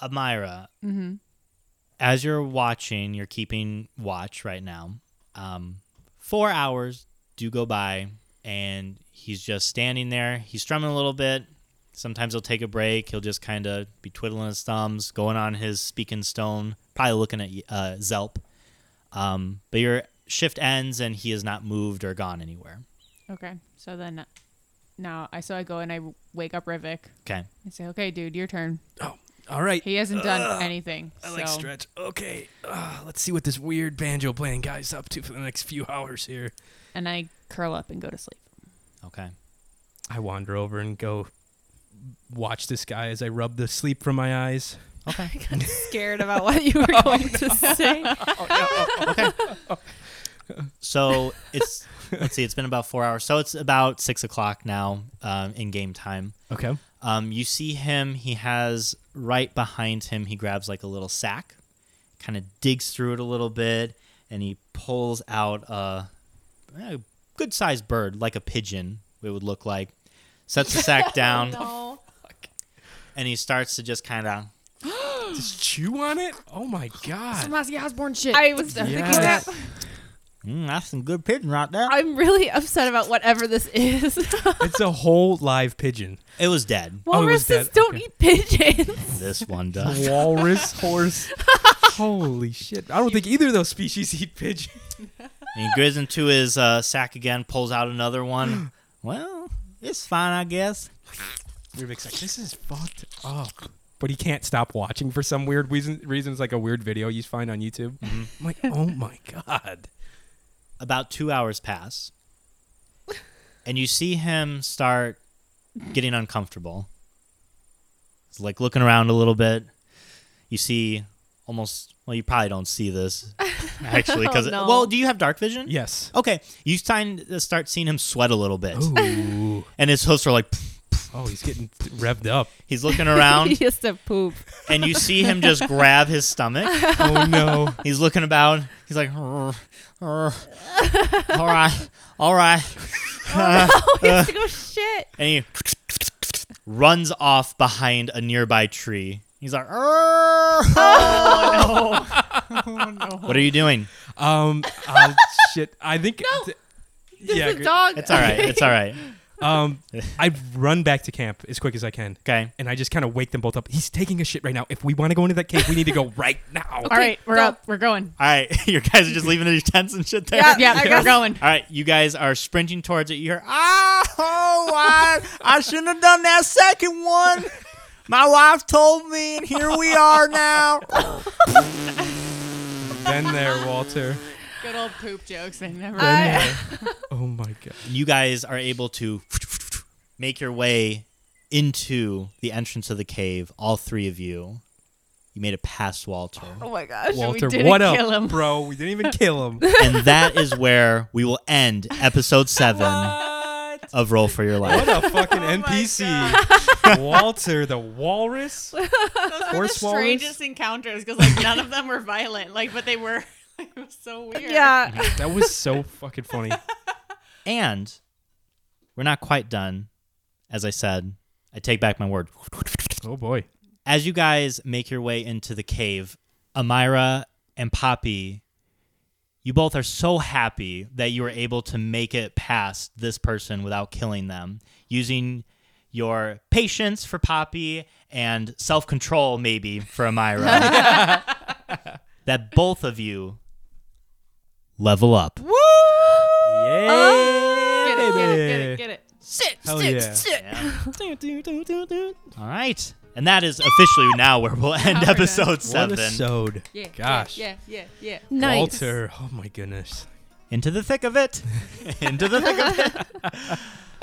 S3: Amira,
S4: Mm-hmm.
S3: as you're watching, you're keeping watch right now. Um, four hours do go by, and he's just standing there. He's strumming a little bit. Sometimes he'll take a break. He'll just kind of be twiddling his thumbs, going on his speaking stone, probably looking at uh, Zelp. Um, but your shift ends, and he has not moved or gone anywhere.
S4: Okay. So then, now I so I go and I wake up Rivik
S3: Okay.
S4: and say, "Okay, dude, your turn."
S1: All right.
S4: He hasn't done anything.
S1: I
S4: so
S1: like stretch. Okay, uh, let's see what this weird banjo playing guy's up to for the next few hours here.
S4: and I curl up and go to sleep.
S3: Okay.
S1: I wander over and go watch this guy as I rub the sleep from my eyes.
S3: Okay.
S2: Scared about what you were
S4: Oh,
S2: going to say.
S3: So it's let's see, it's been about four hours. So it's about six o'clock now um, in game time.
S1: Okay.
S3: Um, you see him. He has right behind him. He grabs like a little sack, kind of digs through it a little bit, and he pulls out a, a good-sized bird, like a pigeon. It would look like. Sets the sack down, and he starts to just kind of.
S1: Just chew on it? Oh my god.
S4: Ozzy Osbourne shit.
S2: I was thinking that.
S1: Yes.
S3: Mm, that's some good pigeon right there.
S2: I'm really upset about whatever this is.
S1: it's a whole live pigeon.
S3: It was dead.
S1: Oh, it was
S2: Walruses
S1: dead.
S2: don't
S1: Okay.
S2: eat pigeons.
S3: This one does.
S1: Walrus horse. Holy shit. I don't think either of those species eat pigeon.
S3: And he goes into his uh, sack again, pulls out another one. well, it's fine, I guess.
S1: Rubik's like, this is fucked up. But he can't stop watching for some weird reason. Reasons like a weird video you find on YouTube. I'm like, oh my god.
S3: About two hours pass, and you see him start getting uncomfortable. He's like looking around a little bit. You see almost, well, you probably don't see this actually. because
S2: Oh, no.
S3: Well, do you have dark vision?
S1: Yes.
S3: Okay, you sign, uh, start seeing him sweat a little bit,
S1: Ooh.
S3: and his hosts are like,
S1: Oh, he's getting revved up.
S3: he's looking
S2: he
S3: around,
S2: used to poop.
S3: and you see him just grab his stomach.
S1: Oh no.
S3: He's looking about. He's like, "Rrr, rrr. all right, all right,
S2: oh, he used to go shit.
S3: and he runs off behind a nearby tree. He's like, oh, no. what are you doing?
S1: Um. Uh, shit. I think.
S2: No. There's
S1: yeah.
S2: a
S1: gr-
S2: dog. Oh
S3: It's all right. It's all right.
S1: Um. I run back to camp as quick as I can,
S3: Okay.
S1: and I just kind of wake them both up. He's taking a shit right now. If we want to go into that cave, we need to go right now.
S4: All right, we're
S2: go.
S4: up. We're going.
S3: All right. You guys are just leaving your tents and shit there.
S2: Yeah.
S4: Yeah,
S2: I
S4: we're
S2: guess-
S4: going.
S3: All right, you guys are sprinting towards it. You hear, ah, oh, I, I shouldn't have done that second one. My wife told me, and here we are now.
S1: Been there, Walter.
S4: Good old poop jokes. I never.
S1: Been
S2: I-
S1: there. Oh my god.
S3: you guys are able to make your way into the entrance of the cave. All three of you, you made it past Walter,
S2: Oh my gosh.
S1: Walter,
S4: didn't
S1: what up,
S4: kill him.
S1: bro? We didn't even kill him.
S3: and that is where we will end episode seven
S1: what?
S3: of Roll for Your Life.
S1: What a fucking
S4: Oh my
S1: NPC. Walter the walrus.
S4: Those
S1: Horse
S4: were the
S1: walrus?
S4: strangest encounters because like none of them were violent, like but they were it was so weird.
S5: Yeah.
S6: that was so fucking funny.
S3: And we're not quite done. As I said, I take back my word.
S6: Oh boy.
S3: As you guys make your way into the cave, Amira and Poppy, you both are so happy that you were able to make it past this person without killing them using your patience for Poppy and self control, maybe, for Amira. that both of you level up.
S6: Yeah.
S4: Get it, get it, get it, get it.
S5: Sit,
S6: Hell
S5: sit,
S6: yeah.
S5: sit.
S3: All right. And that is officially now where we'll end
S4: done.
S3: episode
S6: What
S3: seven.
S6: a sode.
S4: Yeah,
S6: Gosh.
S4: Yeah, yeah, yeah. yeah.
S2: Nice.
S6: Walter. Oh my goodness.
S3: Into the thick of it. Into the thick of it.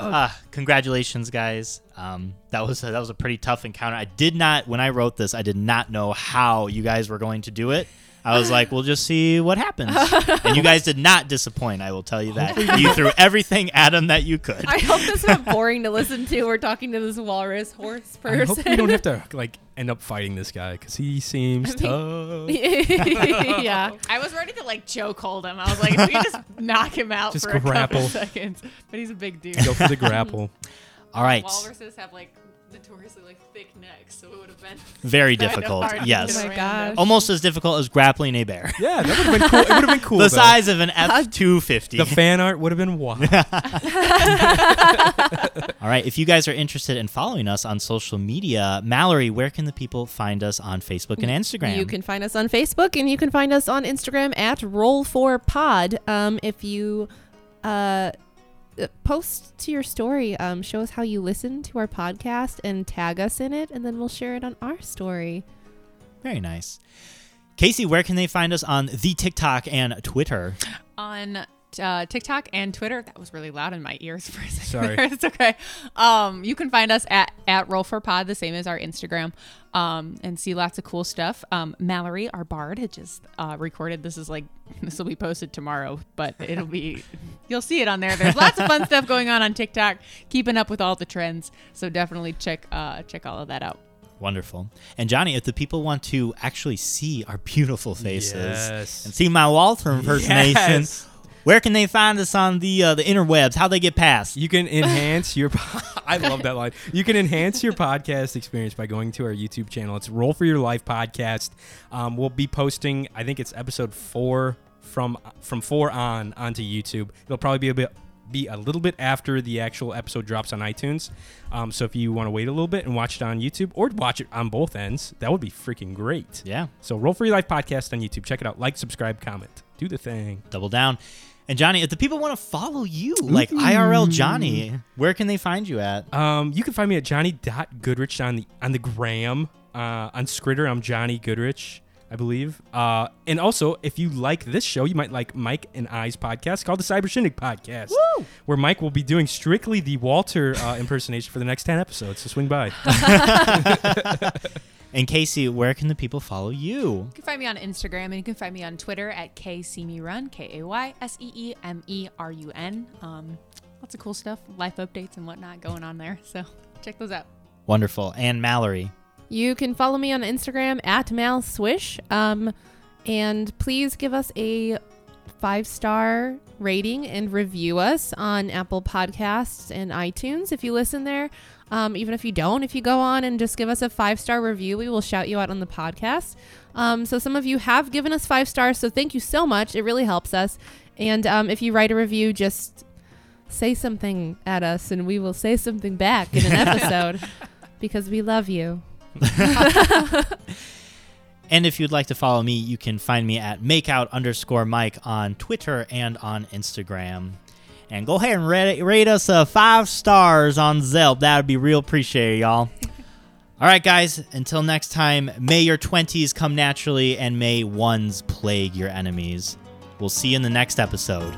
S3: Ah, congratulations, guys. Um, that was that was a pretty tough encounter. I did not when I wrote this. I did not know how you guys were going to do it. I was like, we'll just see what happens. and you guys did not disappoint. I will tell you that. you threw everything at him that you could.
S2: I hope this not boring to listen to. We're talking to this walrus horse
S6: I
S2: person.
S6: hope we don't have to like end up fighting this guy because he
S2: I
S6: seems
S2: think-
S6: tough.
S2: yeah.
S4: I was ready to like choke hold him. I was like, if we could just knock him out
S6: Just
S4: for a
S6: grapple.
S4: couple seconds. But he's a big dude.
S6: Go for the grapple.
S3: All right.
S4: Walruses have like notoriously like thick necks, so it would have been
S3: Very
S4: kind of
S3: difficult.
S4: hard to
S3: Yes.
S4: get
S2: Oh my
S4: around
S2: gosh.
S4: them.
S3: Almost as difficult as grappling a bear.
S6: Yeah, that would have been cool. It would have been cool.
S3: the
S6: though.
S3: size of an F two fifty.
S6: The fan art would have been wild.
S3: All right. If you guys are interested in following us on social media, Mallory, where can the people find us on Facebook and Instagram?
S2: You can find us on Facebook and you can find us on Instagram at Roll4Pod. Um, if you uh, uh, post to your story, um, show us how you listen to our podcast and tag us in it, and then we'll share it on our story.
S3: Very nice. Casey, where can they find us on the TikTok and Twitter?
S4: on uh, TikTok and Twitter. That was really loud in my ears for a second.
S6: Sorry.
S4: there. it's okay. Um, you can find us at at Roll for Pod, the same as our Instagram, um, and see lots of cool stuff. Um, Mallory, our bard, had just uh, recorded. This is like this will be posted tomorrow, but it'll be you'll see it on there. There's lots of fun stuff going on on TikTok. Keeping up with all the trends, so definitely check uh, check all of that out.
S3: Wonderful. And Johnny, if the people want to actually see our beautiful faces
S6: Yes.
S3: and see my Walter impersonation,
S6: Yes.
S3: where can they find us on the uh, the interwebs? How they get past?
S6: You can enhance your. po- I love that line. You can enhance your podcast experience by going to our YouTube channel. It's Roll for Your Life podcast. Um, we'll be posting. I think it's episode four from from four on onto YouTube. It'll probably be a bit be a little bit after the actual episode drops on iTunes. Um, so if you want to wait a little bit and watch it on YouTube or watch it on both ends, that would be freaking great.
S3: Yeah.
S6: So Roll for Your Life podcast on YouTube. Check it out. Like, subscribe, comment. Do the thing.
S3: Double down. And Johnny, if the people want to follow you, like IRL
S2: Mm.
S3: Johnny, where can they find you at?
S6: Um, you can find me at johnny.goodrich on the on the gram. Uh, on Scritter, I'm Johnny Goodrich, I believe. Uh, and also, if you like this show, you might like Mike and I's podcast called the Cyber Shindig Podcast, where Mike will be doing strictly the Walter uh, impersonation for the next 10 episodes. So swing by.
S3: And Casey, where can the people follow you?
S4: You can find me on Instagram and you can find me on Twitter at KSeeMeRun, K A Y S E E M E R U N. Um, lots of cool stuff, life updates and whatnot going on there. So check those out.
S3: Wonderful. And Mallory.
S2: You can follow me on Instagram at Mal Swish. Um, and please give us a five star rating and review us on Apple Podcasts and iTunes if you listen there. Um, even if you don't, if you go on and just give us a five star review, we will shout you out on the podcast. Um, so some of you have given us five stars, so thank you so much. It really helps us. And um, if you write a review, just say something at us and we will say something back in an episode because we love you.
S3: And if you'd like to follow me, you can find me at makeout underscore Mike on Twitter and on Instagram. And go ahead and rate, rate us uh, five stars on Zelp. That would be real appreciated, y'all. All right, guys. Until next time, may your 20s come naturally and may ones plague your enemies. We'll see you in the next episode.